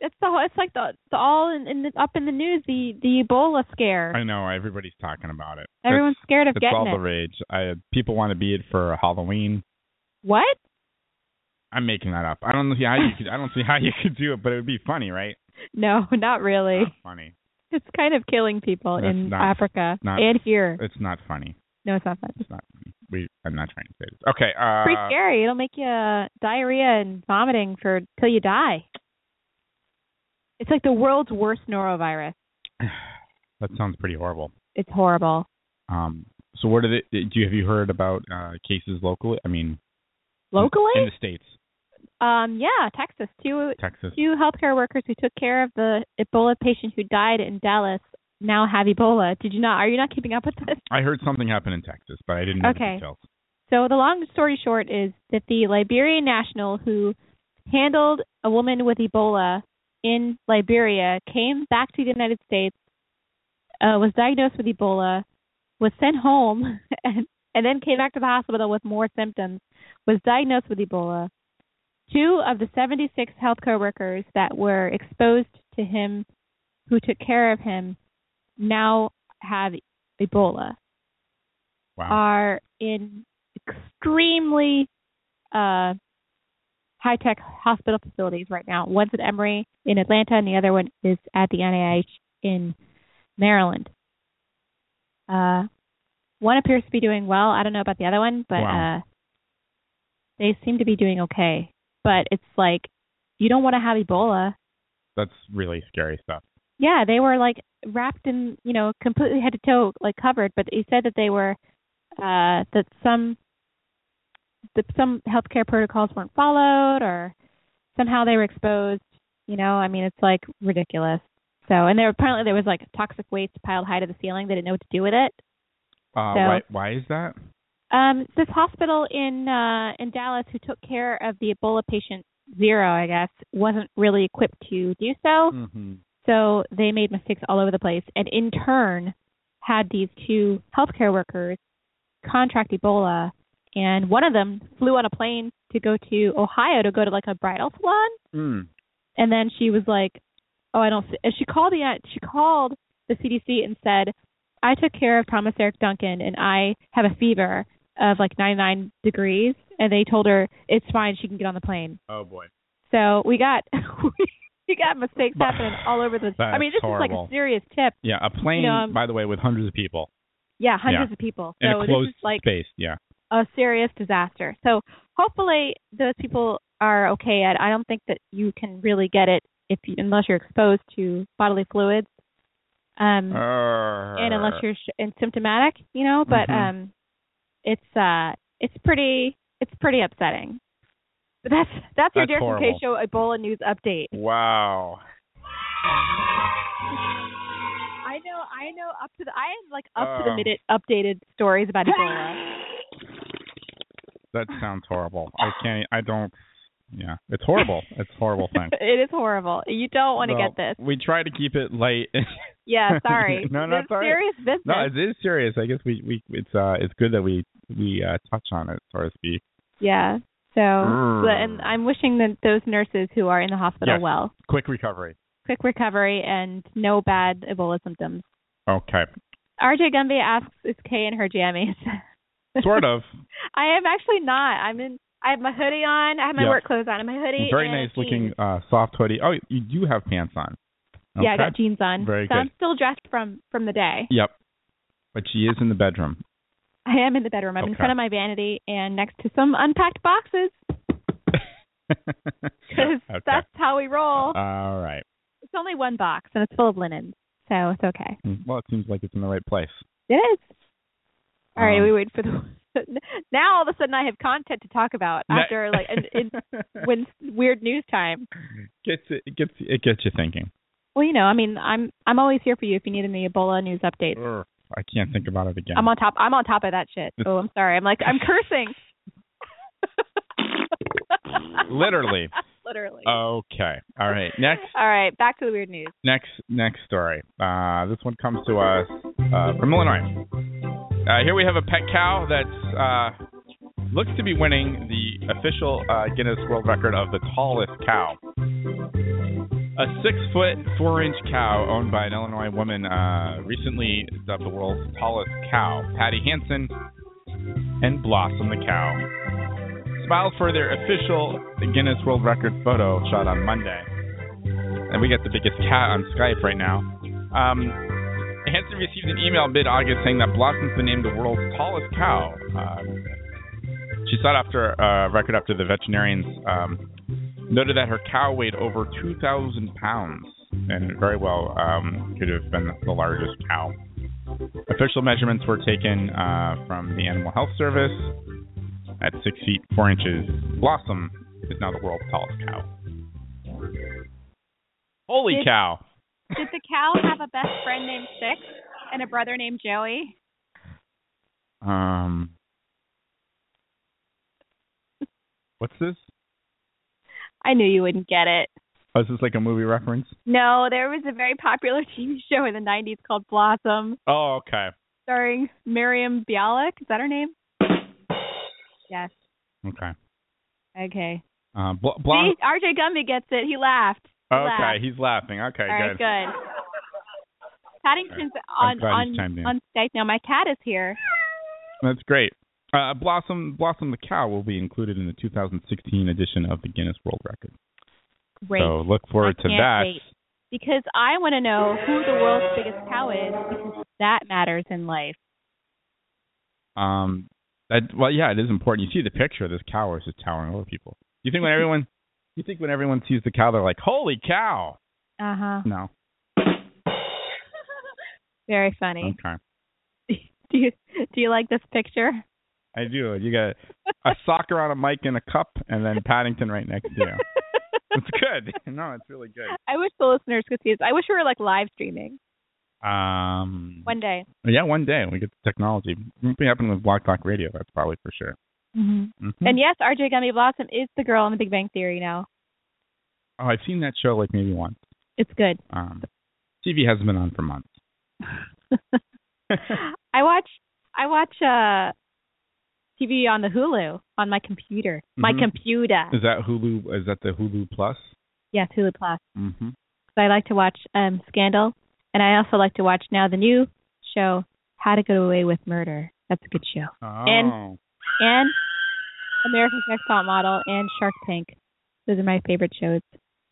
Speaker 3: It's the whole- it's like the the all in, in the, up in the news the the Ebola scare.
Speaker 2: I know everybody's talking about it.
Speaker 3: Everyone's scared of
Speaker 2: it's
Speaker 3: getting
Speaker 2: all
Speaker 3: it.
Speaker 2: the rage. I people want to be it for Halloween.
Speaker 3: What?
Speaker 2: I'm making that up. I don't see how you could. I don't see how you could do it, but it would be funny, right?
Speaker 3: No, not really.
Speaker 2: Not funny.
Speaker 3: It's kind of killing people
Speaker 2: That's
Speaker 3: in
Speaker 2: not-
Speaker 3: Africa
Speaker 2: not-
Speaker 3: and here.
Speaker 2: It's not funny.
Speaker 3: No, it's not fun. It's
Speaker 2: It's not funny. We. I'm not trying to say this. Okay. Uh,
Speaker 3: pretty scary. It'll make you uh, diarrhea and vomiting for till you die. It's like the world's worst norovirus.
Speaker 2: That sounds pretty horrible.
Speaker 3: It's horrible.
Speaker 2: Um. So what did it? Do you have you heard about uh, cases locally? I mean,
Speaker 3: Locally?
Speaker 2: in the states,
Speaker 3: um yeah, Texas. Two
Speaker 2: Texas.
Speaker 3: two healthcare workers who took care of the Ebola patient who died in Dallas now have Ebola. Did you not? Are you not keeping up with this?
Speaker 2: I heard something happened in Texas, but I didn't know
Speaker 3: Okay.
Speaker 2: the details.
Speaker 3: So the long story short is that the Liberian national who handled a woman with Ebola in Liberia came back to the United States, uh, was diagnosed with Ebola, was sent home, and, and then came back to the hospital with more symptoms, was diagnosed with Ebola. Two of the 76 healthcare workers that were exposed to him, who took care of him, now have Ebola are in extremely uh, high tech hospital facilities right now. One's at Emory in Atlanta, and the other one is at the NIH in Maryland. Uh, one appears to be doing well. I don't know about the other one, but
Speaker 1: Wow.
Speaker 3: uh, they seem to be doing okay. But it's like you don't want to have Ebola.
Speaker 2: That's really scary stuff.
Speaker 3: Yeah, they were like wrapped in, you know, completely head to toe, like covered. But he said that they were, uh, that some, that some healthcare protocols weren't followed, or somehow they were exposed. You know, I mean, it's like ridiculous. So, and there apparently there was like toxic waste piled high to the ceiling. They didn't know what to do with it.
Speaker 2: Uh,
Speaker 3: So-
Speaker 2: why, why is that?
Speaker 3: Um, this hospital in uh, in Dallas who took care of the Ebola patient zero, I guess, wasn't really equipped to do so.
Speaker 2: Mm-hmm.
Speaker 3: So they made mistakes all over the place, and in turn, had these two healthcare workers contract Ebola, and one of them flew on a plane to go to Ohio to go to like a bridal salon,
Speaker 2: Mm.
Speaker 3: and then she was like, "Oh, I don't." f- And she called the she called the CDC and said, "I took care of Thomas Eric Duncan, and I have a fever of like 99 degrees," and they told her it's fine, she can get on the plane.
Speaker 2: Oh boy.
Speaker 3: So we got we got mistakes happening all over the. I
Speaker 2: That's
Speaker 3: mean, this is
Speaker 2: horrible.
Speaker 3: like a serious tip.
Speaker 2: Yeah, a plane,
Speaker 3: You know, um,
Speaker 2: by the way, with hundreds of people
Speaker 3: Yeah, hundreds
Speaker 2: Yeah.
Speaker 3: of people.
Speaker 2: in
Speaker 3: So
Speaker 2: a
Speaker 3: this
Speaker 2: closed
Speaker 3: is like
Speaker 2: space. Yeah.
Speaker 3: a serious disaster. So hopefully those people are okay. I, I don't think that you can really get it if you, unless you're exposed to bodily fluids. Um, and unless you're sh- and symptomatic, you know. But
Speaker 2: Mhm.
Speaker 3: um, it's uh, it's pretty it's pretty upsetting. But that's that's your
Speaker 2: That's
Speaker 3: Derek and Kay
Speaker 2: horrible.
Speaker 3: Show Ebola news update.
Speaker 2: Wow.
Speaker 3: I know, I know. Up to the, I am like up to the
Speaker 2: Oh.
Speaker 3: minute updated stories about Ebola.
Speaker 2: That sounds horrible. I can't. I don't. Yeah, it's horrible. It's a horrible thing.
Speaker 3: it is horrible. You don't want to
Speaker 2: Well,
Speaker 3: get this.
Speaker 2: We try to keep it light.
Speaker 3: Yeah, sorry.
Speaker 2: No,
Speaker 3: This
Speaker 2: no,
Speaker 3: is
Speaker 2: it's all right.
Speaker 3: serious business.
Speaker 2: no, it is serious. I guess we we it's uh it's good that we we uh touch on it, so to speak.
Speaker 3: yeah. So,
Speaker 2: Mm.
Speaker 3: Oh, but- and uh, I'm wishing that those nurses who are in the hospital
Speaker 2: Yes.
Speaker 3: well,
Speaker 2: Quick recovery.
Speaker 3: quick recovery, and no bad Ebola symptoms.
Speaker 2: Okay.
Speaker 3: RJ Gumby asks, "Is Kay in her jammies?"
Speaker 2: Sort of.
Speaker 3: I am actually not. I'm in. I have my hoodie on. I have my
Speaker 2: Yeah.
Speaker 3: work clothes on. And my hoodie.
Speaker 2: Very
Speaker 3: and
Speaker 2: nice
Speaker 3: jeans.
Speaker 2: looking uh soft hoodie. Oh, you do have pants on.
Speaker 3: Yeah, I
Speaker 2: Okay.
Speaker 3: got jeans on.
Speaker 2: Very
Speaker 3: so I'm
Speaker 2: good.
Speaker 3: still dressed from from the day.
Speaker 2: Yep. But she is in the bedroom.
Speaker 3: I am in the bedroom. I'm in
Speaker 2: Okay.
Speaker 3: front of my vanity and next to some unpacked boxes because
Speaker 2: Okay. Uh-huh.
Speaker 3: that's how we roll.
Speaker 2: All right.
Speaker 3: it's only one box and it's full of linens, so it's okay.
Speaker 2: Well, it seems like it's in the right place.
Speaker 3: It is. All right,
Speaker 2: Um,
Speaker 3: we wait for the. now all of a sudden I have content to talk about
Speaker 2: Yeah.
Speaker 3: after like in, in, when weird news time.
Speaker 2: Gets it it gets it gets you thinking.
Speaker 3: Well, you know, I mean, I'm I'm always here for you if you need any Ebola news updates.
Speaker 2: Ugh, I can't think about it again.
Speaker 3: I'm on top. I'm on top of that shit.
Speaker 2: It's-
Speaker 3: Oh, I'm sorry. I'm like I'm cursing.
Speaker 2: Literally.
Speaker 3: Literally.
Speaker 2: Okay. All right. Next
Speaker 3: All right, back to the weird news.
Speaker 2: next next story. Uh, this one comes to us uh, from Illinois. Uh, here we have a pet cow that's uh, looks to be winning the official uh, Guinness World Record of the tallest cow. A six foot four inch cow owned by an Illinois woman uh, recently dubbed the world's tallest cow. Patty Hansen and Blossom the cow smiled for their official Guinness World Record photo shot on Monday and we got the biggest cat on Skype right now. Um, Hanson received an email mid-August saying that Blossom's been named the world's tallest cow. Uh, she sought after a record after the veterinarians um, noted that her cow weighed over 2,000 pounds and very well um, could have been the largest cow. Official measurements were taken uh, from the Animal Health Service at six feet four inches. Blossom is now the world's tallest cow. Holy
Speaker 3: Did-
Speaker 2: cow!
Speaker 3: Did the cow have a best friend named Six and a brother named Joey?
Speaker 2: Um, What's this?
Speaker 3: I knew you wouldn't get it.
Speaker 2: Oh, is this like a movie reference?
Speaker 3: No, there was a very popular TV show in the 90s called Blossom,
Speaker 2: Oh, okay.
Speaker 3: starring Miriam Bialik. Is that her name? Yes.
Speaker 2: Okay.
Speaker 3: Okay.
Speaker 2: Uh, bl-
Speaker 3: See,
Speaker 2: Blas-
Speaker 3: RJ Gumby gets it. He laughed. He
Speaker 2: okay,
Speaker 3: laughed.
Speaker 2: he's laughing. Okay,
Speaker 3: All right,
Speaker 2: good.
Speaker 3: good. Paddington's on
Speaker 2: I'm glad he's
Speaker 3: on
Speaker 2: chimed in.
Speaker 3: on Skype now. My cat is here.
Speaker 2: That's great. Uh, Blossom Blossom the cow will be included in the 2016 edition of the Guinness World Record.
Speaker 3: Great.
Speaker 2: So look forward
Speaker 3: I
Speaker 2: to
Speaker 3: can't
Speaker 2: that.
Speaker 3: wait. Because I want to know who the world's biggest cow is because that matters in life.
Speaker 2: Um, that well, yeah, it is important. You see the picture. This cow is just towering over people. You think when everyone, you think when everyone sees the cow, they're like, "Holy cow!"
Speaker 3: Uh huh.
Speaker 2: No.
Speaker 3: Very funny.
Speaker 2: Okay.
Speaker 3: Do you do you like this picture?
Speaker 2: I do. You got a soccer on a mic and a cup, and then Paddington right next to you. It's good. No, it's really good.
Speaker 3: I wish the listeners could see this. I wish we were like live streaming
Speaker 2: Um,
Speaker 3: one day.
Speaker 2: yeah, one day we get the technology. Won't be happening with Block Talk Radio. That's probably for sure.
Speaker 3: Mhm.
Speaker 2: Mhm.
Speaker 3: And yes, RJ Gummy Blossom is the girl in the Big Bang Theory now.
Speaker 2: Oh, I've seen that show like maybe once.
Speaker 3: It's good.
Speaker 2: Um, TV hasn't been on for months.
Speaker 3: I watch I watch uh TV on the Hulu on my computer. My
Speaker 2: Mhm.
Speaker 3: computer.
Speaker 2: Is that Hulu? Is that the Hulu Plus?
Speaker 3: Yes, Hulu Plus.
Speaker 2: Mm-hmm.
Speaker 3: So I like to watch um Scandal and I also like to watch now the new show How to Get Away with Murder. That's a good show.
Speaker 2: Oh.
Speaker 3: And- And America's Next Top Model and Shark Tank. Those are my favorite shows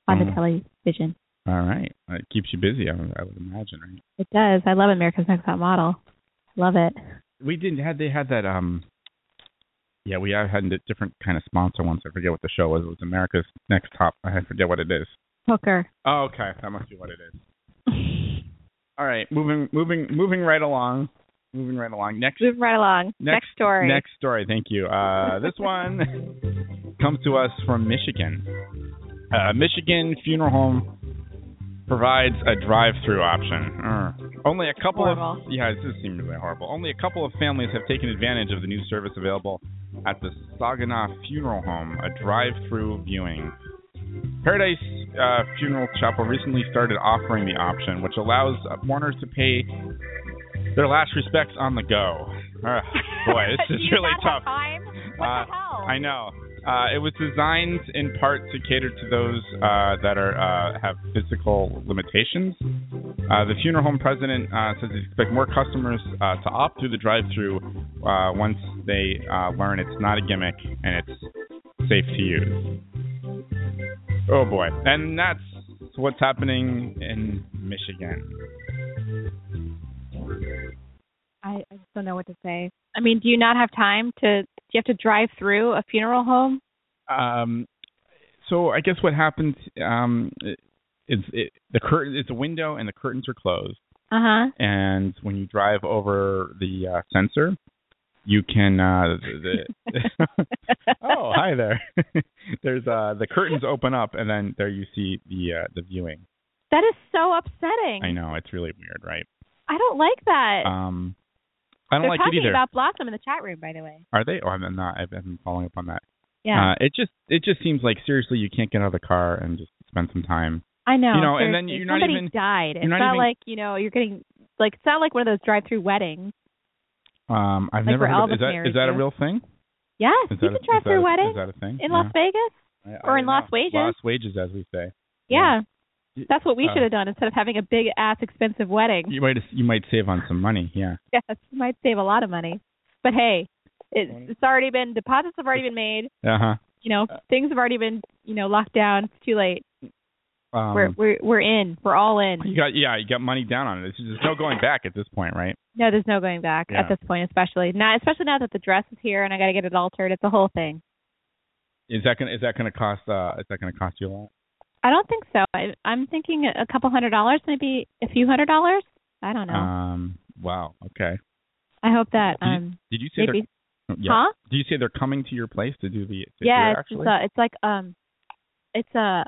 Speaker 3: on the
Speaker 2: Mhm.
Speaker 3: television.
Speaker 2: All right. It keeps you busy, I would, I would imagine, right?
Speaker 3: It does. I love America's Next Top Model. Love it.
Speaker 2: We didn't had they had that um yeah, we had a different kind of sponsor once. I forget what the show was. It was America's Next Top. I forget what it is.
Speaker 3: Hooker.
Speaker 2: Oh, okay. That must be what it is. All right, moving moving moving right along. Moving right along. Next
Speaker 3: Move right along.
Speaker 2: Next-
Speaker 3: Next, story.
Speaker 2: next story. Thank you. Uh this one comes to us from Michigan. Uh, Michigan funeral home provides a drive-through option. Ugh. Only a couple
Speaker 3: Horrible.
Speaker 2: of yeah, this seems really horrible. Only a couple of families have taken advantage of the new service available at the Saginaw Funeral Home, a drive-through viewing. Paradise uh, Funeral Chapel recently started offering the option, which allows uh, mourners to pay their last respects on the go. Ugh, boy, this is
Speaker 3: You
Speaker 2: really
Speaker 3: not have
Speaker 2: tough.
Speaker 3: time? What
Speaker 2: Uh,
Speaker 3: the hell?
Speaker 2: I know. Uh, it was designed in part to cater to those uh, that are uh, have physical limitations. Uh, the funeral home president uh, says they expect more customers uh, to opt through the drive-through uh, once they uh, learn it's not a gimmick and it's safe to use. Oh boy, and that's what's happening in Michigan.
Speaker 3: I, I just don't know what to say. I mean, do you not have time to? Do you have to drive through a funeral home?
Speaker 2: Um, so I guess what happens um, is it, the curtain. It's a window, and the curtains are closed.
Speaker 3: Uh huh.
Speaker 2: And when you drive over the uh, sensor, you can. Uh, the, the oh, hi there. There's uh, the curtains open up, and then there you see the uh, the viewing.
Speaker 3: That is so upsetting.
Speaker 2: I know it's really weird, right?
Speaker 3: I don't like that.
Speaker 2: Um, I
Speaker 3: Uh,
Speaker 2: don't
Speaker 3: They're
Speaker 2: like
Speaker 3: talking
Speaker 2: it either.
Speaker 3: about Blossom in the chat room, by the way.
Speaker 2: are they? Oh, I'm not. I've been following up on that.
Speaker 3: Yeah,
Speaker 2: Uh, it just it just seems like seriously, you can't get out of the car and just spend some time.
Speaker 3: I know.
Speaker 2: you know,
Speaker 3: seriously.
Speaker 2: and then you're not
Speaker 3: Somebody
Speaker 2: even-
Speaker 3: died.
Speaker 2: you're
Speaker 3: It's
Speaker 2: not
Speaker 3: not,
Speaker 2: even-
Speaker 3: like you know you're getting like it's not like one of those drive-through weddings.
Speaker 2: Um, I've
Speaker 3: Like
Speaker 2: never
Speaker 3: where
Speaker 2: heard of is
Speaker 3: Elvis
Speaker 2: that
Speaker 3: married
Speaker 2: is that a
Speaker 3: you.
Speaker 2: real thing?
Speaker 3: Yes,
Speaker 2: Is
Speaker 3: you
Speaker 2: that a-
Speaker 3: can
Speaker 2: is
Speaker 3: drive
Speaker 2: that a-
Speaker 3: through a wedding
Speaker 2: Is that a thing?
Speaker 3: in
Speaker 2: Yeah.
Speaker 3: Las Vegas.
Speaker 2: I- I
Speaker 3: or in
Speaker 2: don't
Speaker 3: Las
Speaker 2: know.
Speaker 3: Vegas.
Speaker 2: Las Vegas, as we say.
Speaker 3: Yeah. That's what we
Speaker 2: Uh,
Speaker 3: should have done instead of having a big ass expensive wedding.
Speaker 2: You might you might save on some money. Yeah.
Speaker 3: Yes, you might save a lot of money. But hey, it, it's already been deposits have already been made.
Speaker 2: Uh
Speaker 3: You know, things have already been you know locked down. It's too late.
Speaker 2: huh. Um,
Speaker 3: we're we're we're in. We're all in.
Speaker 2: you got yeah, you got money down on it. There's just no going back at this point, right?
Speaker 3: No, there's no going back
Speaker 2: Yeah.
Speaker 3: at this point, especially not especially now that the dress is here and I got to get it altered. It's a whole thing.
Speaker 2: Is that gonna is that gonna cost uh is that gonna cost you a lot?
Speaker 3: I don't think so. I, I'm thinking a couple hundred dollars, maybe a few hundred dollars. I don't know.
Speaker 2: Um. Wow. Okay.
Speaker 3: I hope that
Speaker 2: did you-
Speaker 3: um
Speaker 2: Did you say
Speaker 3: maybe
Speaker 2: they're? Yeah.
Speaker 3: huh?
Speaker 2: Do you say they're coming to your place to do the? to
Speaker 3: yeah, it's, it's,
Speaker 2: do it actually.
Speaker 3: a, it's like um, it's a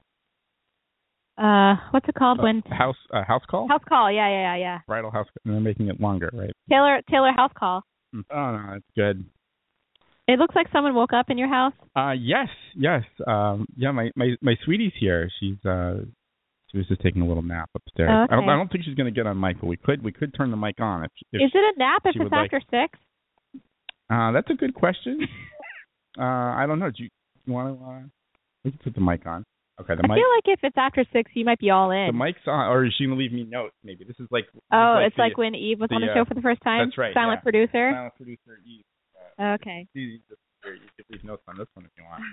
Speaker 3: uh, what's it called when
Speaker 2: A house a house call.
Speaker 3: house call? Yeah, yeah, yeah, yeah.
Speaker 2: Bridal house. And they're making it longer, right? Hmm.
Speaker 3: Taylor Taylor house call.
Speaker 2: Oh no, that's good.
Speaker 3: It looks like someone woke up in your house.
Speaker 2: Uh, yes, yes. Um, yeah, my, my my sweetie's here. She's uh, she was just taking a little nap upstairs.
Speaker 3: Oh, okay.
Speaker 2: I, don't, I don't think she's going to get on mic, but we could we could turn the mic on if. if
Speaker 3: Is it a nap if
Speaker 2: she
Speaker 3: it's
Speaker 2: would like-
Speaker 3: after six?
Speaker 2: Uh, that's a good question. uh, I don't know. Do you, do you want to? Uh, we can put the mic on. Okay, the
Speaker 3: I
Speaker 2: mic.
Speaker 3: feel like if it's after six, you might be all in.
Speaker 2: the mic's on, or is she gonna leave me notes? Maybe this is like. this is
Speaker 3: oh, it's
Speaker 2: the-
Speaker 3: like when Eve was
Speaker 2: the,
Speaker 3: on the
Speaker 2: uh,
Speaker 3: show for the first time.
Speaker 2: that's right,
Speaker 3: Silent
Speaker 2: yeah.
Speaker 3: producer.
Speaker 2: Silent producer Eve.
Speaker 3: Okay.
Speaker 2: You- You just- here, you can leave notes on this one if you want.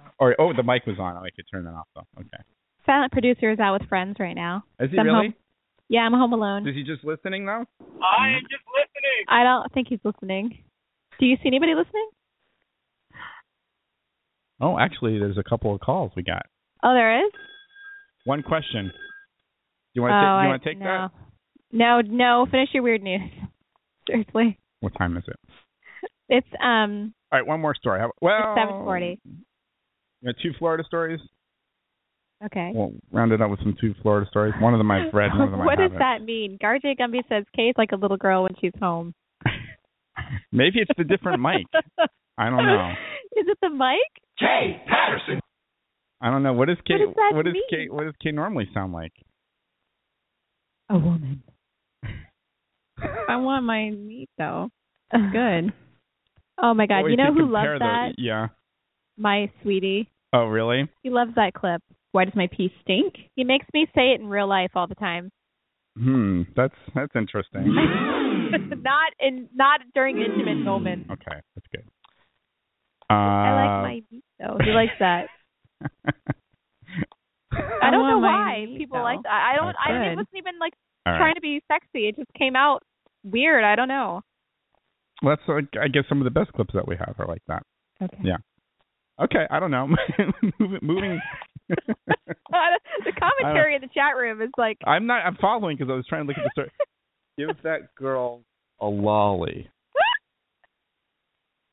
Speaker 2: Or oh, the mic was on. I could turn that off though. Okay.
Speaker 3: Silent producer is out with friends right now.
Speaker 2: Is he
Speaker 3: So I'm
Speaker 2: really?
Speaker 3: home- Yeah, I'm home alone.
Speaker 2: Is he just listening now?
Speaker 3: I am just listening. I don't think he's listening. Do you see anybody listening?
Speaker 2: Oh, actually, there's a couple of calls we got.
Speaker 3: Oh, there is.
Speaker 2: One question. Do you want to
Speaker 3: oh,
Speaker 2: take,
Speaker 3: I-
Speaker 2: you want to take that?
Speaker 3: no. No, no. Finish your weird news. Seriously,
Speaker 2: What time is it?
Speaker 3: it's um
Speaker 2: All right, one more story. How, well,
Speaker 3: seven forty.
Speaker 2: You got two Florida stories.
Speaker 3: Okay.
Speaker 2: We'll round it up with some two Florida stories. One of them I've read. One of them I
Speaker 3: what does
Speaker 2: haven't.
Speaker 3: that mean? Garjay Gumby says Kay's like a little girl when she's home.
Speaker 2: Maybe it's the different mic. I don't know.
Speaker 3: Is it the mic?
Speaker 2: Kay Patterson. I don't know. What does Kay?
Speaker 3: does that
Speaker 2: what does
Speaker 3: mean? Oh
Speaker 2: Kay? What does Kay normally sound like?
Speaker 3: A woman. I want my meat though. That's good. Oh my god!
Speaker 2: Well,
Speaker 3: you know
Speaker 2: can
Speaker 3: who loves
Speaker 2: compare the-
Speaker 3: that?
Speaker 2: Yeah.
Speaker 3: My sweetie.
Speaker 2: Oh, really?
Speaker 3: He loves that clip. Why does my pee stink? He makes me say it in real life all the time.
Speaker 2: Hmm. That's that's interesting.
Speaker 3: not in not during intimate moments.
Speaker 2: okay, that's good.
Speaker 3: I
Speaker 2: Uh,
Speaker 3: like my meat though. He likes that. I don't know
Speaker 12: want my
Speaker 3: why
Speaker 12: meat,
Speaker 3: people
Speaker 12: though.
Speaker 3: like that. I don't. I
Speaker 12: That's
Speaker 3: it
Speaker 12: good.
Speaker 3: wasn't even like
Speaker 2: All right.
Speaker 3: trying to be sexy. It just came out weird. I don't know.
Speaker 2: Well, that's like, I guess some of the best clips that we have are like that.
Speaker 3: Okay.
Speaker 2: Yeah. Okay, I don't know. moving, moving.
Speaker 3: the commentary in the chat room is like
Speaker 2: I'm not. I'm following because I was trying to look at the story. Give that girl a lolly.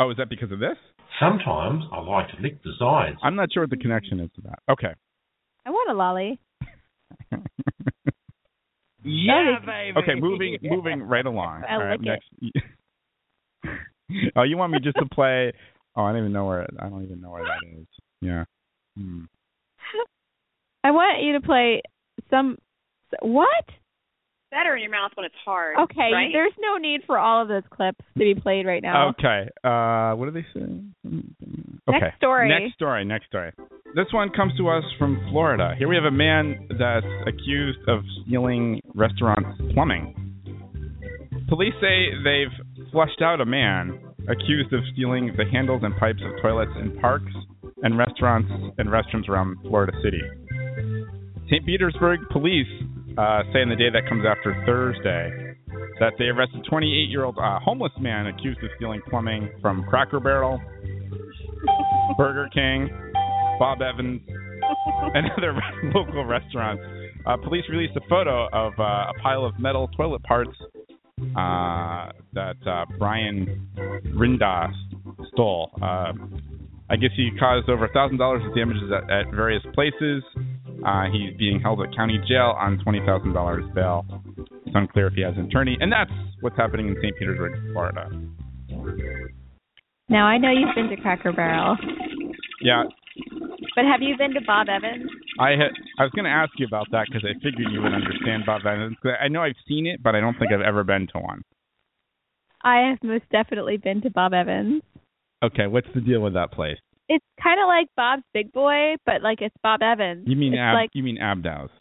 Speaker 2: Oh, is that because of this?
Speaker 13: Sometimes I like to lick the sides.
Speaker 2: I'm not sure what the connection is to that. Okay.
Speaker 3: I want a lolly.
Speaker 2: Yeah,
Speaker 3: baby.
Speaker 2: Okay, moving moving right along.
Speaker 3: I
Speaker 2: All right,
Speaker 3: like
Speaker 2: next- oh, you want me just to play? Oh, I don't even know where. I don't even know where that is. Yeah. Hmm.
Speaker 3: I want you to play some. What?
Speaker 14: Better in your mouth when it's hard.
Speaker 3: Okay,
Speaker 14: right?
Speaker 3: there's no need for all of those clips to be played right
Speaker 12: Oh.
Speaker 3: now.
Speaker 2: Okay. Uh, what are they saying? Okay.
Speaker 3: Next story.
Speaker 2: Next story. Next story. This one comes to us from Florida. Here we have a man that's accused of stealing restaurant plumbing. Police say they've flushed out a man accused of stealing the handles and pipes of toilets in parks and restaurants and restrooms around Florida City. St. Petersburg police uh, say in the day that comes after Thursday that they arrested 28-year-old uh, homeless man accused of stealing plumbing from Cracker Barrel, Burger King, Bob Evans, and other re- local restaurants. Uh, police released a photo of uh, a pile of metal toilet parts uh, that uh, Brian Rindas stole. Uh, I guess he caused over $1,000 of damages at, at various places. Uh, he's being held at county jail on $20,000 bail. It's unclear if he has an attorney. And that's what's happening in St. Petersburg, Florida.
Speaker 3: Now I know you've been to Cracker Barrel,
Speaker 2: Yeah,
Speaker 3: but have you been to Bob Evans?
Speaker 2: I had, I was going to ask you about that because I figured you would understand Bob Evans. 'Cause I know I've seen it, but I don't think I've ever been to one.
Speaker 3: I have most definitely been to Bob Evans.
Speaker 2: Okay, what's the deal with that place?
Speaker 3: It's kind of like Bob's Big Boy, but like it's Bob Evans.
Speaker 2: You mean
Speaker 3: It's
Speaker 2: ab,
Speaker 3: like
Speaker 2: you mean Abdow's?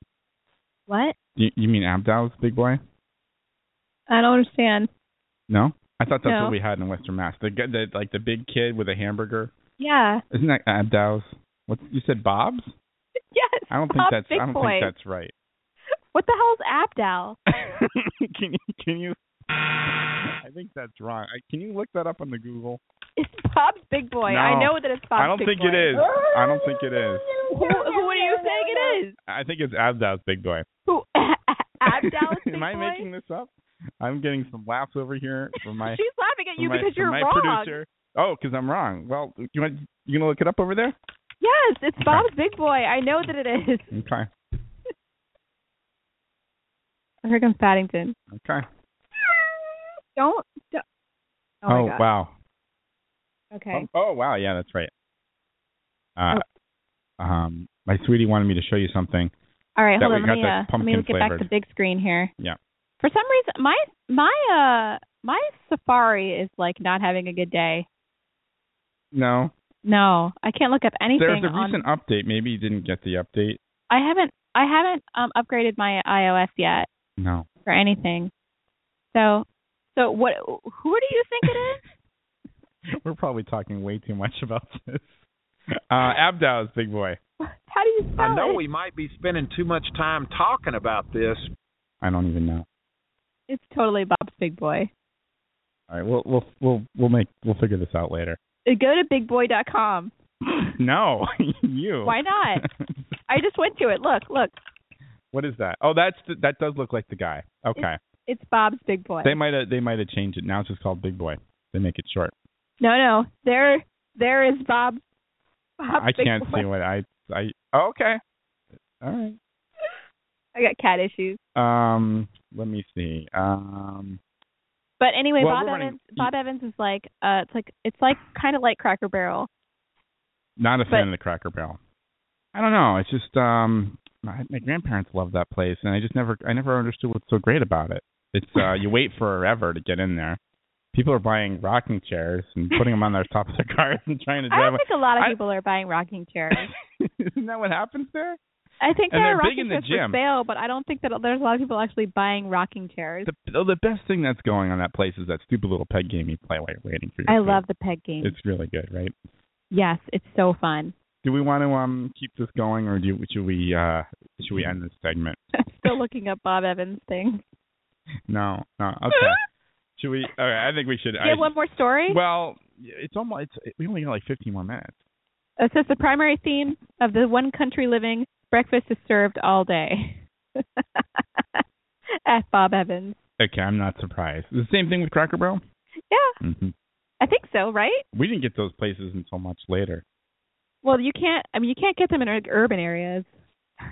Speaker 3: what?
Speaker 2: You, you mean Abdow's big boy?
Speaker 3: I don't understand.
Speaker 2: No, I thought that's
Speaker 3: No.
Speaker 2: what we had in Western Mass. The, guy- the like the big kid with a hamburger.
Speaker 3: Yeah.
Speaker 2: Isn't that Abdow's? What you said, Bob's?
Speaker 3: Yes.
Speaker 2: I don't think
Speaker 3: Bob's
Speaker 2: that's
Speaker 3: Big
Speaker 2: I don't
Speaker 3: Boy.
Speaker 2: think that's right.
Speaker 3: What the hell's
Speaker 2: Abdal? can you can you? I think that's wrong. I, can you look that up on the Google?
Speaker 3: It's Bob's Big Boy.
Speaker 2: No.
Speaker 3: I know that it's Bob's
Speaker 2: I don't
Speaker 3: Big
Speaker 2: think
Speaker 3: Boy.
Speaker 2: it is. I don't think it is.
Speaker 3: Who, who are you saying it is?
Speaker 2: I think it's Abdow's big boy.
Speaker 3: Who? Abdal's Big
Speaker 2: Am I
Speaker 3: Boy?
Speaker 2: making this up? I'm getting some laughs over here from my
Speaker 3: She's laughing at
Speaker 2: from
Speaker 3: you
Speaker 2: my,
Speaker 3: because
Speaker 2: from
Speaker 3: you're
Speaker 2: my
Speaker 3: wrong.
Speaker 2: producer. Oh, because I'm wrong. Well, you want you gonna look it up over there?
Speaker 3: Yes, it's Bob's Big Boy. I know that it is.
Speaker 2: Okay.
Speaker 3: Here comes Paddington.
Speaker 2: Okay.
Speaker 3: Don't. don't oh, my
Speaker 2: oh
Speaker 3: God.
Speaker 2: wow.
Speaker 3: Okay.
Speaker 2: Oh, oh, wow, yeah, that's right. Uh,
Speaker 3: Oh.
Speaker 2: um, my sweetie wanted me to show you something.
Speaker 3: All right,
Speaker 2: that
Speaker 3: hold on.
Speaker 2: we got
Speaker 3: Let me,
Speaker 2: the
Speaker 3: uh, let me
Speaker 2: pumpkin
Speaker 3: get back to
Speaker 2: flavored.
Speaker 3: big screen here.
Speaker 2: Yeah.
Speaker 3: For some reason, my my uh my Safari is like not having a good day.
Speaker 2: No.
Speaker 3: No, I can't look up anything.
Speaker 2: There's a
Speaker 3: on-
Speaker 2: recent update. Maybe you didn't get the update.
Speaker 3: I haven't I haven't um upgraded my iOS yet
Speaker 2: No.
Speaker 3: for anything. So so what? Who do you think it is?
Speaker 2: We're probably talking way too much about this. Uh, Abdow's big boy.
Speaker 3: How do you
Speaker 6: I know we might be spending too much time talking about this.
Speaker 2: I don't even know.
Speaker 3: It's totally Bob's Big Boy.
Speaker 2: All right, we'll we'll we'll we'll make we'll figure this out later.
Speaker 3: Uh, Go to bigboy.com.
Speaker 2: No, you.
Speaker 3: Why not? I just went to it. Look, look.
Speaker 2: what is that? Oh, that's the, that does look like the guy. Okay.
Speaker 3: It's Bob's Big Boy.
Speaker 2: They might have they might have changed it. Now it's just called Big Boy. They make it short.
Speaker 3: No, no. There there is Bob. Bob's
Speaker 2: I
Speaker 3: Big
Speaker 2: can't
Speaker 3: Boy.
Speaker 2: see what I I. oh, Okay. All right.
Speaker 3: I got cat issues.
Speaker 2: Um, let me see. Um,
Speaker 3: But anyway,
Speaker 2: Well,
Speaker 3: Bob
Speaker 2: we're running-
Speaker 3: Evans Bob Evans is like uh it's like it's like kind of like Cracker Barrel.
Speaker 2: not a fan
Speaker 3: But-
Speaker 2: of the Cracker Barrel. I don't know. It's just um, my, my grandparents loved that place, and I just never I never understood what's so great about it. It's uh, you wait forever to get in there. People are buying rocking chairs and putting them on their top of their cars and trying to
Speaker 3: I
Speaker 2: drive.
Speaker 3: don't think a lot of
Speaker 2: I-
Speaker 3: people are buying rocking chairs.
Speaker 2: Isn't that what happens there?
Speaker 3: I think
Speaker 2: And
Speaker 3: there are
Speaker 2: they're
Speaker 3: rocking
Speaker 2: big in the
Speaker 3: chairs
Speaker 2: gym.
Speaker 3: for sale, but I don't think that there's a lot of people actually buying rocking chairs.
Speaker 2: The oh, the best thing that's going on that place is that stupid little peg game you play while you're waiting for your.
Speaker 3: I
Speaker 2: food.
Speaker 3: love the peg game.
Speaker 2: It's really good, right?
Speaker 3: yes, it's so fun.
Speaker 2: Do we want to um keep this going, or do should we uh should we end this segment?
Speaker 3: Still looking up Bob Evans thing.
Speaker 2: No, no. Okay. should we? Okay, I think we should.
Speaker 3: Do you have
Speaker 2: I,
Speaker 3: one more story?
Speaker 2: Well, it's almost. It's, we only got like 15 more minutes.
Speaker 3: It says the primary theme of the one country living breakfast is served all day. At Bob Evans.
Speaker 2: Okay, I'm not surprised. The same thing with Cracker Barrel.
Speaker 3: Yeah,
Speaker 2: hmm
Speaker 3: I think so, right?
Speaker 2: We didn't get those places until much later.
Speaker 3: Well, you can't. I mean, you can't get them in ur- urban areas.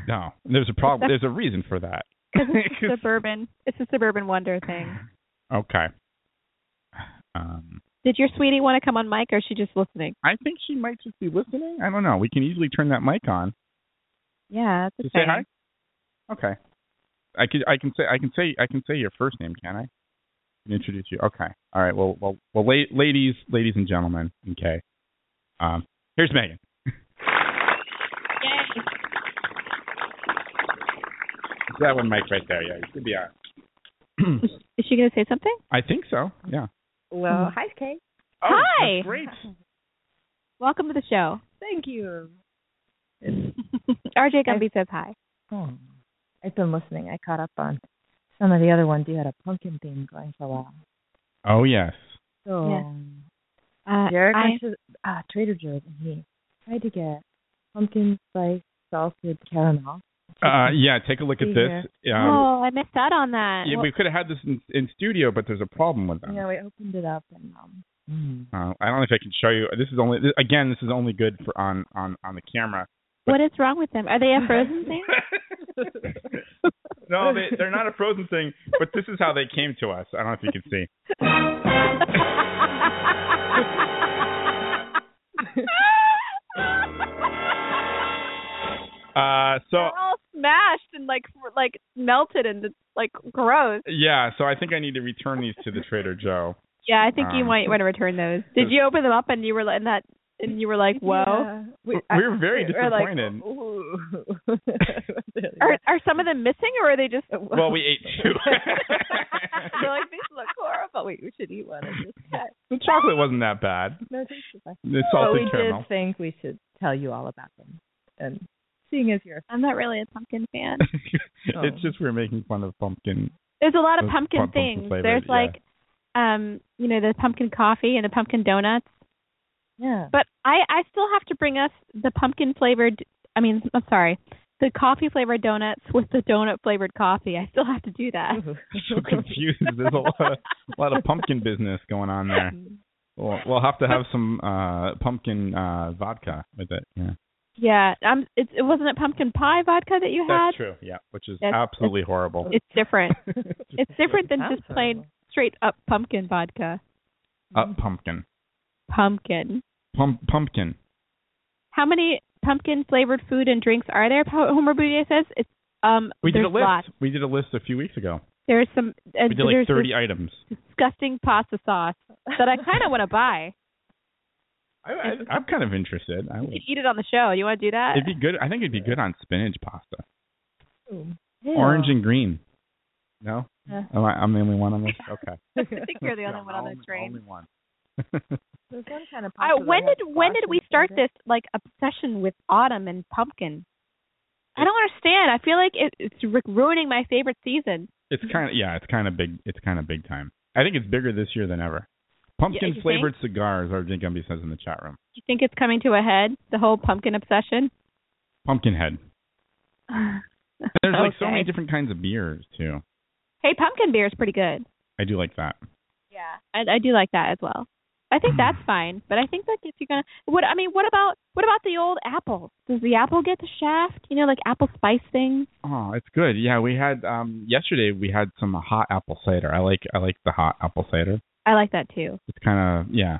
Speaker 2: No, there's a problem. there's a reason for that.
Speaker 3: 'Cause It's a suburban. It's a suburban wonder thing.
Speaker 2: Okay. Um,
Speaker 3: Did your sweetie want to come on mic, or is she just listening?
Speaker 2: I think she might just be listening. I don't know. We can easily turn that mic on.
Speaker 3: Yeah, that's
Speaker 2: Just say
Speaker 3: exciting.
Speaker 2: hi. Okay. I could I can say I can say I can say your first name, can I? I can introduce you. Okay. All right. Well well well la- ladies ladies and gentlemen, okay. Um here's Megan. That one mic right there, yeah. You should be on.
Speaker 3: Is she going to say something?
Speaker 2: I think so. Yeah.
Speaker 12: Well, hi, Kate.
Speaker 3: hi.
Speaker 2: Oh, Great.
Speaker 3: Welcome to the show.
Speaker 12: Thank you.
Speaker 3: RJ Gumby says hi.
Speaker 12: Oh, I've been listening. I caught up on some of the other ones. You had a pumpkin theme going for a while.
Speaker 2: Oh yes.
Speaker 12: So um,
Speaker 3: uh,
Speaker 12: Derek
Speaker 3: I-
Speaker 12: went to uh, Trader Joe's and he tried to get pumpkin spice salted caramel.
Speaker 2: Uh yeah, take a look at this. Um,
Speaker 3: oh, I missed out on that.
Speaker 2: yeah, we could have had this in, in studio, but there's a problem with that.
Speaker 12: Yeah, we opened it up and um,
Speaker 2: Uh, I don't know if I can show you. This is only th- again. This is only good for on on on the camera.
Speaker 3: what is wrong with them? Are they a frozen thing?
Speaker 2: No, they, they're not a frozen thing. But this is how they came to us. I don't know if you can see. Uh, so
Speaker 3: They're all smashed and like f- like melted and it's, like gross.
Speaker 2: yeah, so I think I need to return these to the Trader Joe.
Speaker 3: Yeah, I think you
Speaker 2: Um,
Speaker 3: might want to return Uh-huh. those. Did you open them up and you were in that and you were like, whoa?
Speaker 2: We- I- we're very
Speaker 12: we were like,
Speaker 2: disappointed.
Speaker 3: Are are some of them missing or are they just?
Speaker 2: Well, we ate two.
Speaker 12: You're like, these look horrible. Wait, we should eat one. of these.
Speaker 2: the chocolate wasn't that bad.
Speaker 12: No, it tastes fine.
Speaker 2: The
Speaker 12: but
Speaker 2: salted
Speaker 12: we
Speaker 2: caramel.
Speaker 12: did think we should tell you all about them. And seeing as you're,
Speaker 3: I'm not really a pumpkin fan.
Speaker 12: Oh.
Speaker 2: It's just we're making fun of pumpkin.
Speaker 3: There's a lot of
Speaker 2: Those
Speaker 3: pumpkin
Speaker 2: pump- pumpkin
Speaker 3: things.
Speaker 2: flavored,
Speaker 3: There's
Speaker 2: yeah.
Speaker 3: like, um, you know, the pumpkin coffee and the pumpkin donuts.
Speaker 12: Yeah.
Speaker 3: But I I still have to bring us the pumpkin flavored. I mean, I'm sorry, the coffee flavored donuts with the donut flavored coffee. I still have to do that.
Speaker 2: So confused. There's a lot, of, a lot of pumpkin business going on there. We'll, we'll have to have some uh pumpkin uh vodka with it. Yeah.
Speaker 3: Yeah, um, it's it wasn't it pumpkin pie vodka that you had.
Speaker 2: That's true. Yeah, which is
Speaker 3: That's-
Speaker 2: absolutely horrible.
Speaker 3: It's different. it's different than just plain straight up pumpkin vodka.
Speaker 2: Up Uh, pumpkin.
Speaker 3: Pumpkin.
Speaker 2: Pump, pumpkin.
Speaker 3: How many pumpkin flavored food and drinks are there? Pa- Homer Boudier says it's um.
Speaker 2: We
Speaker 3: there's
Speaker 2: did a list.
Speaker 3: Lots.
Speaker 2: We did a list a few weeks ago.
Speaker 3: There's some. And
Speaker 2: we did like
Speaker 3: there's
Speaker 2: 30
Speaker 3: this
Speaker 2: items.
Speaker 3: disgusting pasta sauce that I kind of want to buy.
Speaker 2: I, I, I'm kind of interested. I would.
Speaker 3: You can eat it on the show. You want to do that?
Speaker 2: It'd be good. I think it'd be good on spinach pasta.
Speaker 3: Ew.
Speaker 2: Orange and green. No?
Speaker 3: Yeah.
Speaker 2: Am I, I'm the only one on this? Okay.
Speaker 3: I think you're the only one on this train.
Speaker 2: one.
Speaker 12: There's one kind of
Speaker 3: I,
Speaker 12: pasta that
Speaker 3: when
Speaker 12: has
Speaker 3: did when
Speaker 12: sauce
Speaker 3: did
Speaker 12: in
Speaker 3: we
Speaker 12: it,
Speaker 3: start
Speaker 12: isn't it?
Speaker 3: this like obsession with autumn and pumpkin? I don't understand. I feel like it, it's ru- ruining my favorite season.
Speaker 2: It's kind of yeah. It's kind of big. It's kind of big time. I think it's bigger this year than ever. Pumpkin
Speaker 3: you
Speaker 2: flavored cigars. Our Gumby says in the chat room.
Speaker 3: Do you think it's coming to a head? The whole pumpkin obsession.
Speaker 2: Pumpkin head. There's like so
Speaker 3: Okay.
Speaker 2: many different kinds of beers too.
Speaker 3: Hey, pumpkin beer is pretty good.
Speaker 2: I do like that.
Speaker 3: Yeah, I, I do like that as well. I think that's fine, but I think like if you're gonna, what I mean, what about what about the old apple? Does the apple get the shaft? You know, like apple spice things.
Speaker 2: Oh, it's good. Yeah, we had um yesterday we had some hot apple cider. I like I like the hot apple cider.
Speaker 3: I like that too.
Speaker 2: It's kind of yeah.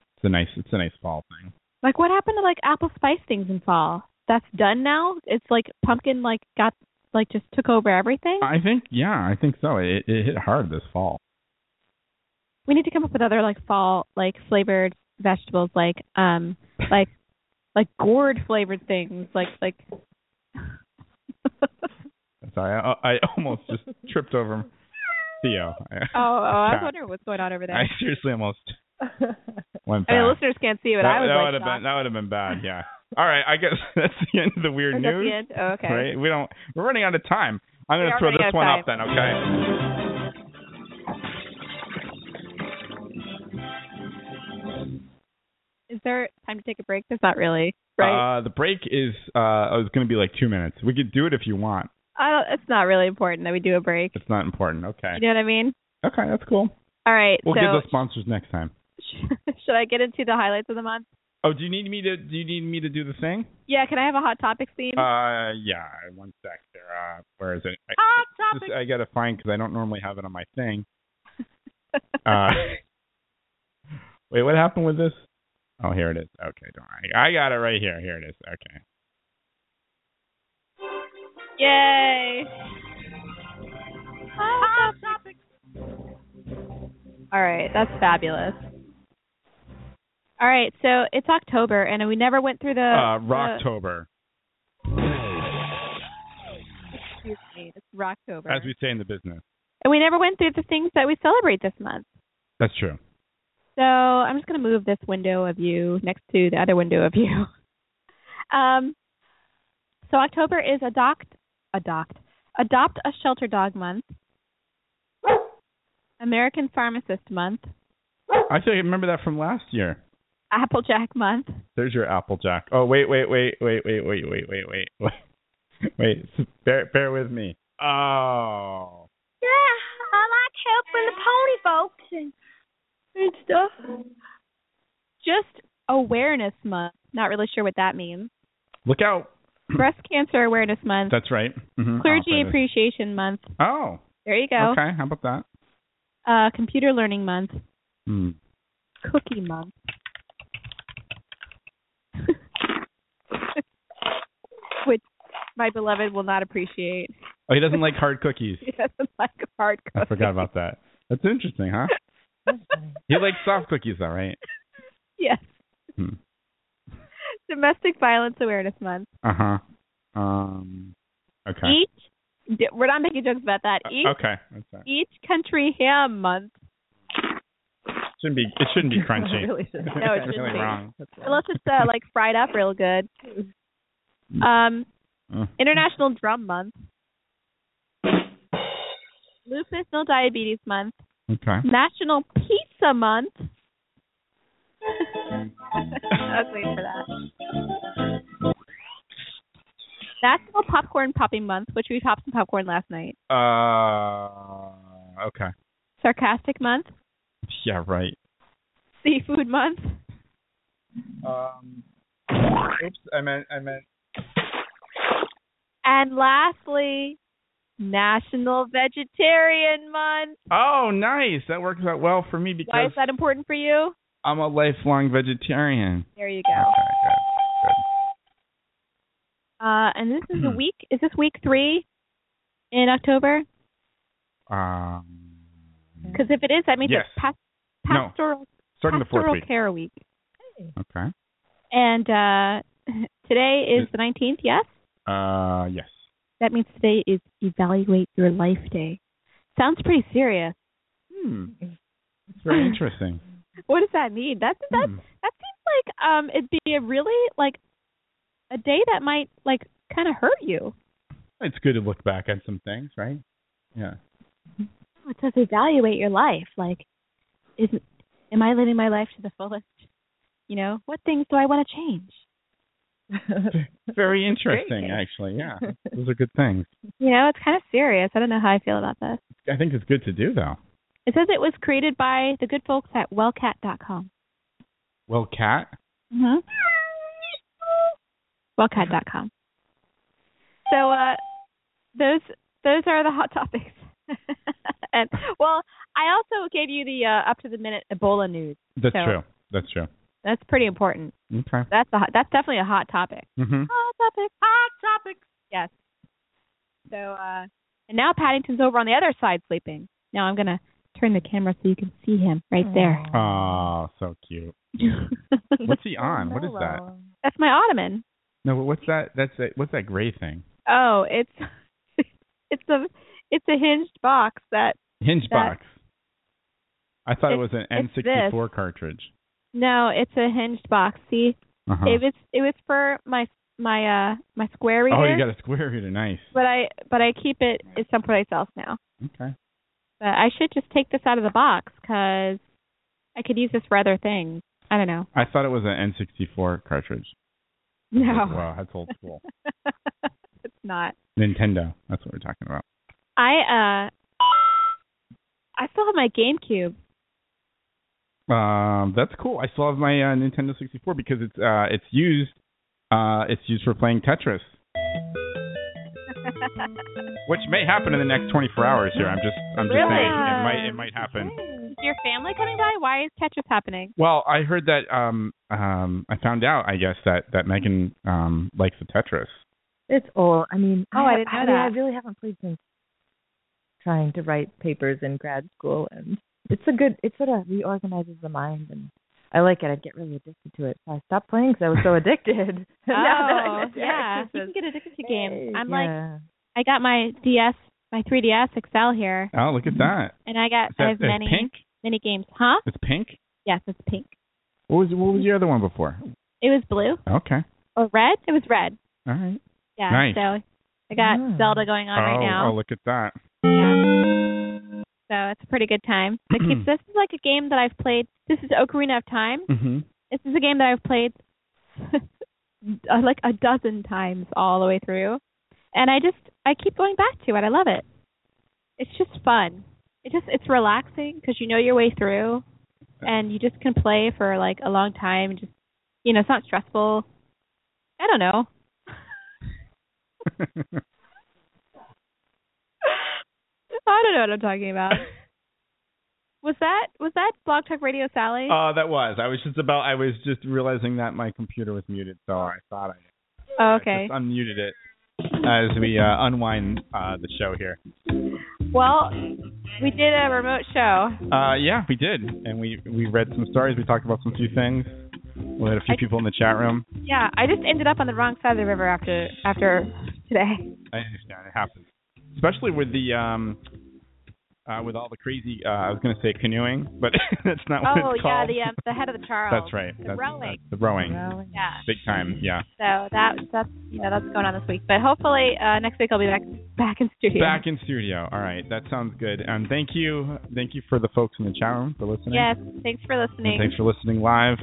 Speaker 2: It's a nice it's a nice fall thing.
Speaker 3: Like what happened to like apple spice things in fall? That's done now. It's like pumpkin like got like just took over everything.
Speaker 2: I think yeah, I think so. It it hit hard this fall.
Speaker 3: We need to come up with other like fall like flavored vegetables like um like like gourd flavored things like like
Speaker 2: Sorry, I, I almost just tripped over Theo.
Speaker 3: oh, oh I was
Speaker 2: Cat.
Speaker 3: wondering what's going on over there.
Speaker 2: I seriously almost went
Speaker 3: I mean,
Speaker 2: back.
Speaker 3: listeners can't see, but
Speaker 2: that
Speaker 3: I was
Speaker 2: that
Speaker 3: like,
Speaker 2: would have
Speaker 3: shocked.
Speaker 2: been that would have been bad. Yeah. All right, I guess that's the end of the weird
Speaker 3: Is that the
Speaker 2: news.
Speaker 3: end? Oh, okay.
Speaker 2: Right? We don't. We're running out of time. I'm
Speaker 3: We
Speaker 2: going to
Speaker 3: are
Speaker 2: throw
Speaker 3: running out
Speaker 2: this
Speaker 3: of
Speaker 2: one up then.
Speaker 3: time.
Speaker 2: Okay.
Speaker 3: Is there time to take a break? There's not really, right?
Speaker 2: Uh, the break is uh, it's going to be like two minutes. We could do it if you want.
Speaker 3: I don't, it's not really important that we do a break.
Speaker 2: It's not important. Okay.
Speaker 3: You know what I mean?
Speaker 2: Okay, that's cool.
Speaker 3: All right,
Speaker 2: We'll
Speaker 3: so
Speaker 2: give the sponsors next time.
Speaker 3: should I get into the highlights of the month?
Speaker 2: Oh, do you need me to? Do you need me to do the thing?
Speaker 3: Yeah, can I have a hot topics theme?
Speaker 2: Uh, yeah. One sec there. Uh, where is it? I,
Speaker 3: hot
Speaker 2: this-
Speaker 3: topics.
Speaker 2: I gotta find because I don't normally have it on my thing. Uh, wait, what happened with this? Oh, here it is. Okay, don't worry. I got it right here. Here it is. Okay.
Speaker 3: Yay! Hot topics. All right, that's fabulous. All right, so it's October, and we never went through the
Speaker 2: Uh,
Speaker 3: the-
Speaker 2: Rocktober,
Speaker 3: excuse me, it's Rocktober,
Speaker 2: as we say in the business.
Speaker 3: and we never went through the things that we celebrate this month.
Speaker 2: That's true.
Speaker 3: So I'm just going to move this window of you next to the other window of you. Um, so October is adopt, adopt, adopt a shelter dog month. American Pharmacist Month,
Speaker 2: I feel like I remember that from last year.
Speaker 3: Applejack Month.
Speaker 2: There's your Applejack. Oh, wait, wait, wait, wait, wait, wait, wait, wait, wait, wait. Wait, s- bear, bear with me. Oh.
Speaker 15: Yeah, I like helping the pony folks and, and stuff.
Speaker 3: Just Awareness Month. Not really sure what that means.
Speaker 2: Look out.
Speaker 3: Breast Cancer Awareness Month.
Speaker 2: That's right.
Speaker 3: Clergy
Speaker 2: Mhm. Oh, there it is.
Speaker 3: Appreciation Month.
Speaker 2: Oh,
Speaker 3: There you go.
Speaker 2: okay. How about that?
Speaker 3: Uh, Computer Learning Month.
Speaker 2: Hmm.
Speaker 3: Cookie Month. Which my beloved will not appreciate.
Speaker 2: Oh, he doesn't like hard cookies.
Speaker 3: He doesn't like hard
Speaker 2: I
Speaker 3: cookies.
Speaker 2: forgot about that. That's interesting, huh? He likes soft cookies, all right.
Speaker 3: Yes.
Speaker 2: Hmm.
Speaker 3: Domestic Violence Awareness Month.
Speaker 2: Uh huh. Um. Okay. Uh,
Speaker 3: Each, d- we're not making jokes about that. Each,
Speaker 2: Okay. That's that.
Speaker 3: each country ham month.
Speaker 2: Shouldn't be. It shouldn't be crunchy.
Speaker 3: Really shouldn't.
Speaker 2: It's
Speaker 3: No, it shouldn't
Speaker 2: really
Speaker 3: be.
Speaker 2: wrong.
Speaker 3: Unless it's uh, like fried up real good. Um,
Speaker 2: Mm.
Speaker 3: International Drum Month. Lupus No Diabetes Month.
Speaker 2: Okay.
Speaker 3: National Pizza Month. I was waiting for that. National Popcorn Popping Month, which we popped some popcorn last night.
Speaker 2: Uh. Okay.
Speaker 3: Sarcastic Month.
Speaker 2: Yeah. Right.
Speaker 3: Seafood Month.
Speaker 2: Um. Oops. I meant. I meant.
Speaker 3: And lastly, National Vegetarian Month.
Speaker 2: Oh, nice. That works out well for me because
Speaker 3: Why is that important for you?
Speaker 2: I'm a lifelong vegetarian.
Speaker 3: There you go. Uh, and this
Speaker 2: Hmm.
Speaker 3: is a week. Is this week three in October?
Speaker 2: Um,
Speaker 3: Because if it is, that means
Speaker 2: Yes.
Speaker 3: it's pas-
Speaker 2: No.
Speaker 3: pastoral
Speaker 2: starting the fourth
Speaker 3: pastoral
Speaker 2: week.
Speaker 3: care week.
Speaker 2: Okay.
Speaker 3: And uh, today is the nineteenth. Yes,
Speaker 2: Uh, yes.
Speaker 3: that means today is evaluate your life day. Sounds pretty serious.
Speaker 2: Hmm. It's very interesting.
Speaker 3: What does that mean? That's that's
Speaker 2: Hmm.
Speaker 3: that seems like um it'd be a really like a day that might like kind of hurt you.
Speaker 2: It's good to look back at some things, right? Yeah.
Speaker 3: Oh, It says evaluate your life. Like, is am I living my life to the fullest? You know, what things do I want to change?
Speaker 2: Very interesting, actually. Yeah. Those are good things.
Speaker 3: You know, it's kind of serious. I don't know how I feel about this.
Speaker 2: I think it's good to do, though.
Speaker 3: It says it was created by the good folks at wellcat.com.
Speaker 2: Well, cat.
Speaker 3: Mm-hmm. Wellcat.com. So uh, those those are the hot topics. and well, I also gave you the uh, up to the minute Ebola news.
Speaker 2: That's
Speaker 3: So
Speaker 2: true. That's true.
Speaker 3: That's pretty important.
Speaker 2: Okay.
Speaker 3: That's a hot, that's definitely a hot topic.
Speaker 2: Mm-hmm.
Speaker 3: Hot topics. Hot topics. Yes. So, uh, and now Paddington's over on the other side sleeping. Now I'm gonna turn the camera so you can see him right there.
Speaker 2: Oh, so cute. What's he on? What is that?
Speaker 3: That's my ottoman.
Speaker 2: No, but what's that? That's a, what's that gray thing?
Speaker 3: Oh, it's it's a it's a hinged box that
Speaker 2: Hinge
Speaker 3: That-
Speaker 2: box. I thought it, was
Speaker 3: It's-
Speaker 2: an
Speaker 3: it's this.
Speaker 2: N64 cartridge.
Speaker 3: no, it's a hinged box. See,
Speaker 2: Uh-huh.
Speaker 3: it was it was for my my uh my square reader.
Speaker 2: Oh, you got a square reader. Nice.
Speaker 3: But I but I keep it it's someplace else now.
Speaker 2: Okay.
Speaker 3: But I should just take this out of the box because I could use this for other things. I don't know.
Speaker 2: I thought it was an N64 cartridge.
Speaker 3: No.
Speaker 2: Wow, that's old school.
Speaker 3: it's not.
Speaker 2: Nintendo. That's what we're talking about.
Speaker 3: I uh I still have my GameCube.
Speaker 2: Um, that's cool. I still have my uh, Nintendo 64 because it's uh, it's used uh, it's used for playing Tetris, which may happen in the next 24 hours. Here, I'm just I'm just
Speaker 3: Really?
Speaker 2: saying it might it might happen.
Speaker 3: Is your family coming by? Why is Tetris happening?
Speaker 2: Well, I heard that um um I found out I guess that that Megan um likes the Tetris.
Speaker 12: It's old. I mean,
Speaker 3: Oh, I
Speaker 12: have-
Speaker 3: didn't know
Speaker 12: I mean, I
Speaker 3: that.
Speaker 12: really haven't played since trying to write papers in grad school, and it's a good. It sort of reorganizes the mind, and I like it. I'd get really addicted to it, so I stopped playing because I was so addicted.
Speaker 3: Oh,
Speaker 12: Now that I know
Speaker 3: yeah.
Speaker 12: Derek
Speaker 3: You
Speaker 12: says,
Speaker 3: can get addicted to games. I'm like
Speaker 12: yeah.
Speaker 3: I got my DS my 3DS XL here
Speaker 2: Oh, look at that!
Speaker 3: and I got
Speaker 2: Is that
Speaker 3: Mm-hmm. I have
Speaker 2: is
Speaker 3: many
Speaker 2: pink?
Speaker 3: many games, huh?
Speaker 2: It's pink.
Speaker 3: Yes, it's pink.
Speaker 2: What was what was your other one before?
Speaker 3: It was blue
Speaker 2: Okay.
Speaker 3: or red? It was red.
Speaker 2: All right.
Speaker 3: Yeah.
Speaker 2: Nice.
Speaker 3: So I got
Speaker 12: Ah.
Speaker 3: Zelda going on
Speaker 2: oh,
Speaker 3: right now.
Speaker 2: oh, look at that.
Speaker 3: Yeah. So it's a pretty good time. But keeps this is like a game that I've played. This is Ocarina of Time.
Speaker 2: Mm-hmm.
Speaker 3: This is a game that I've played uh, like a dozen times all the way through, and I just I keep going back to it. I love it. It's just fun. It just it's relaxing because you know your way through, and you just can play for like a long time. and Just you know, it's not stressful. I don't know.
Speaker 2: Mm-hmm.
Speaker 3: I don't know what I'm talking about. Was that was that Blog Talk Radio Sally?
Speaker 2: Uh, that was. I was just about. I was just realizing that my computer was muted, so I thought I
Speaker 3: oh,
Speaker 2: I
Speaker 3: okay.
Speaker 2: just unmuted it as we uh, unwind uh, the show here.
Speaker 3: Well, we did a remote show.
Speaker 2: Uh, yeah, we did, and we we read some stories. We talked about some few things. We had a few people in the chat room.
Speaker 3: Yeah, I just ended up on the wrong side of the river after after today.
Speaker 2: I understand it happens, especially with the um, uh, with all the crazy. Uh, I was going to say canoeing, but that's not what
Speaker 3: oh
Speaker 2: it's
Speaker 3: yeah,
Speaker 2: called.
Speaker 3: the um, the head of the Charles.
Speaker 2: that's right.
Speaker 3: The
Speaker 2: that's,
Speaker 3: rowing.
Speaker 2: that's the rowing.
Speaker 3: Yeah.
Speaker 2: Big time. Yeah.
Speaker 3: So that that's you know that's going on this week, but hopefully uh, next week I'll be back back in studio.
Speaker 2: Back in studio. All right, that sounds good. Um, thank you, thank you for the folks in the chat room for listening.
Speaker 3: Yes. Thanks for
Speaker 2: And
Speaker 3: listening,
Speaker 2: thanks for listening live.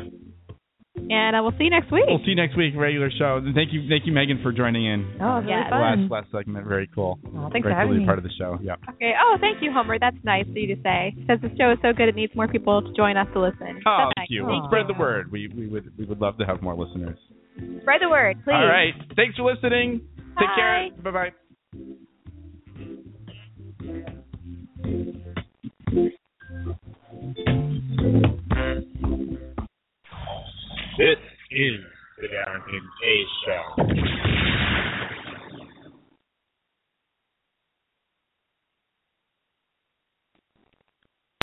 Speaker 3: and I will see you next week.
Speaker 2: We'll see you next week, regular show. And thank you, thank you, Megan, for joining in.
Speaker 12: Oh, really
Speaker 3: Yeah.
Speaker 12: fun.
Speaker 2: Last last segment, very cool. very
Speaker 12: Well, thanks for
Speaker 2: cool
Speaker 12: having
Speaker 2: to be
Speaker 12: me.
Speaker 2: part of the show. Yeah.
Speaker 3: Okay. Oh, thank you, Homer. That's nice of you to say. Says the show is so good, it needs more people to join us to listen. That's
Speaker 2: Oh,
Speaker 3: nice.
Speaker 2: thank you.
Speaker 3: Thank
Speaker 2: Well, spread the word. We we would we would love to have more listeners.
Speaker 3: you. Spread the word, please.
Speaker 2: All right. Thanks for listening. Take care.
Speaker 3: Bye.
Speaker 2: Bye bye.
Speaker 16: Derek and Kay Show.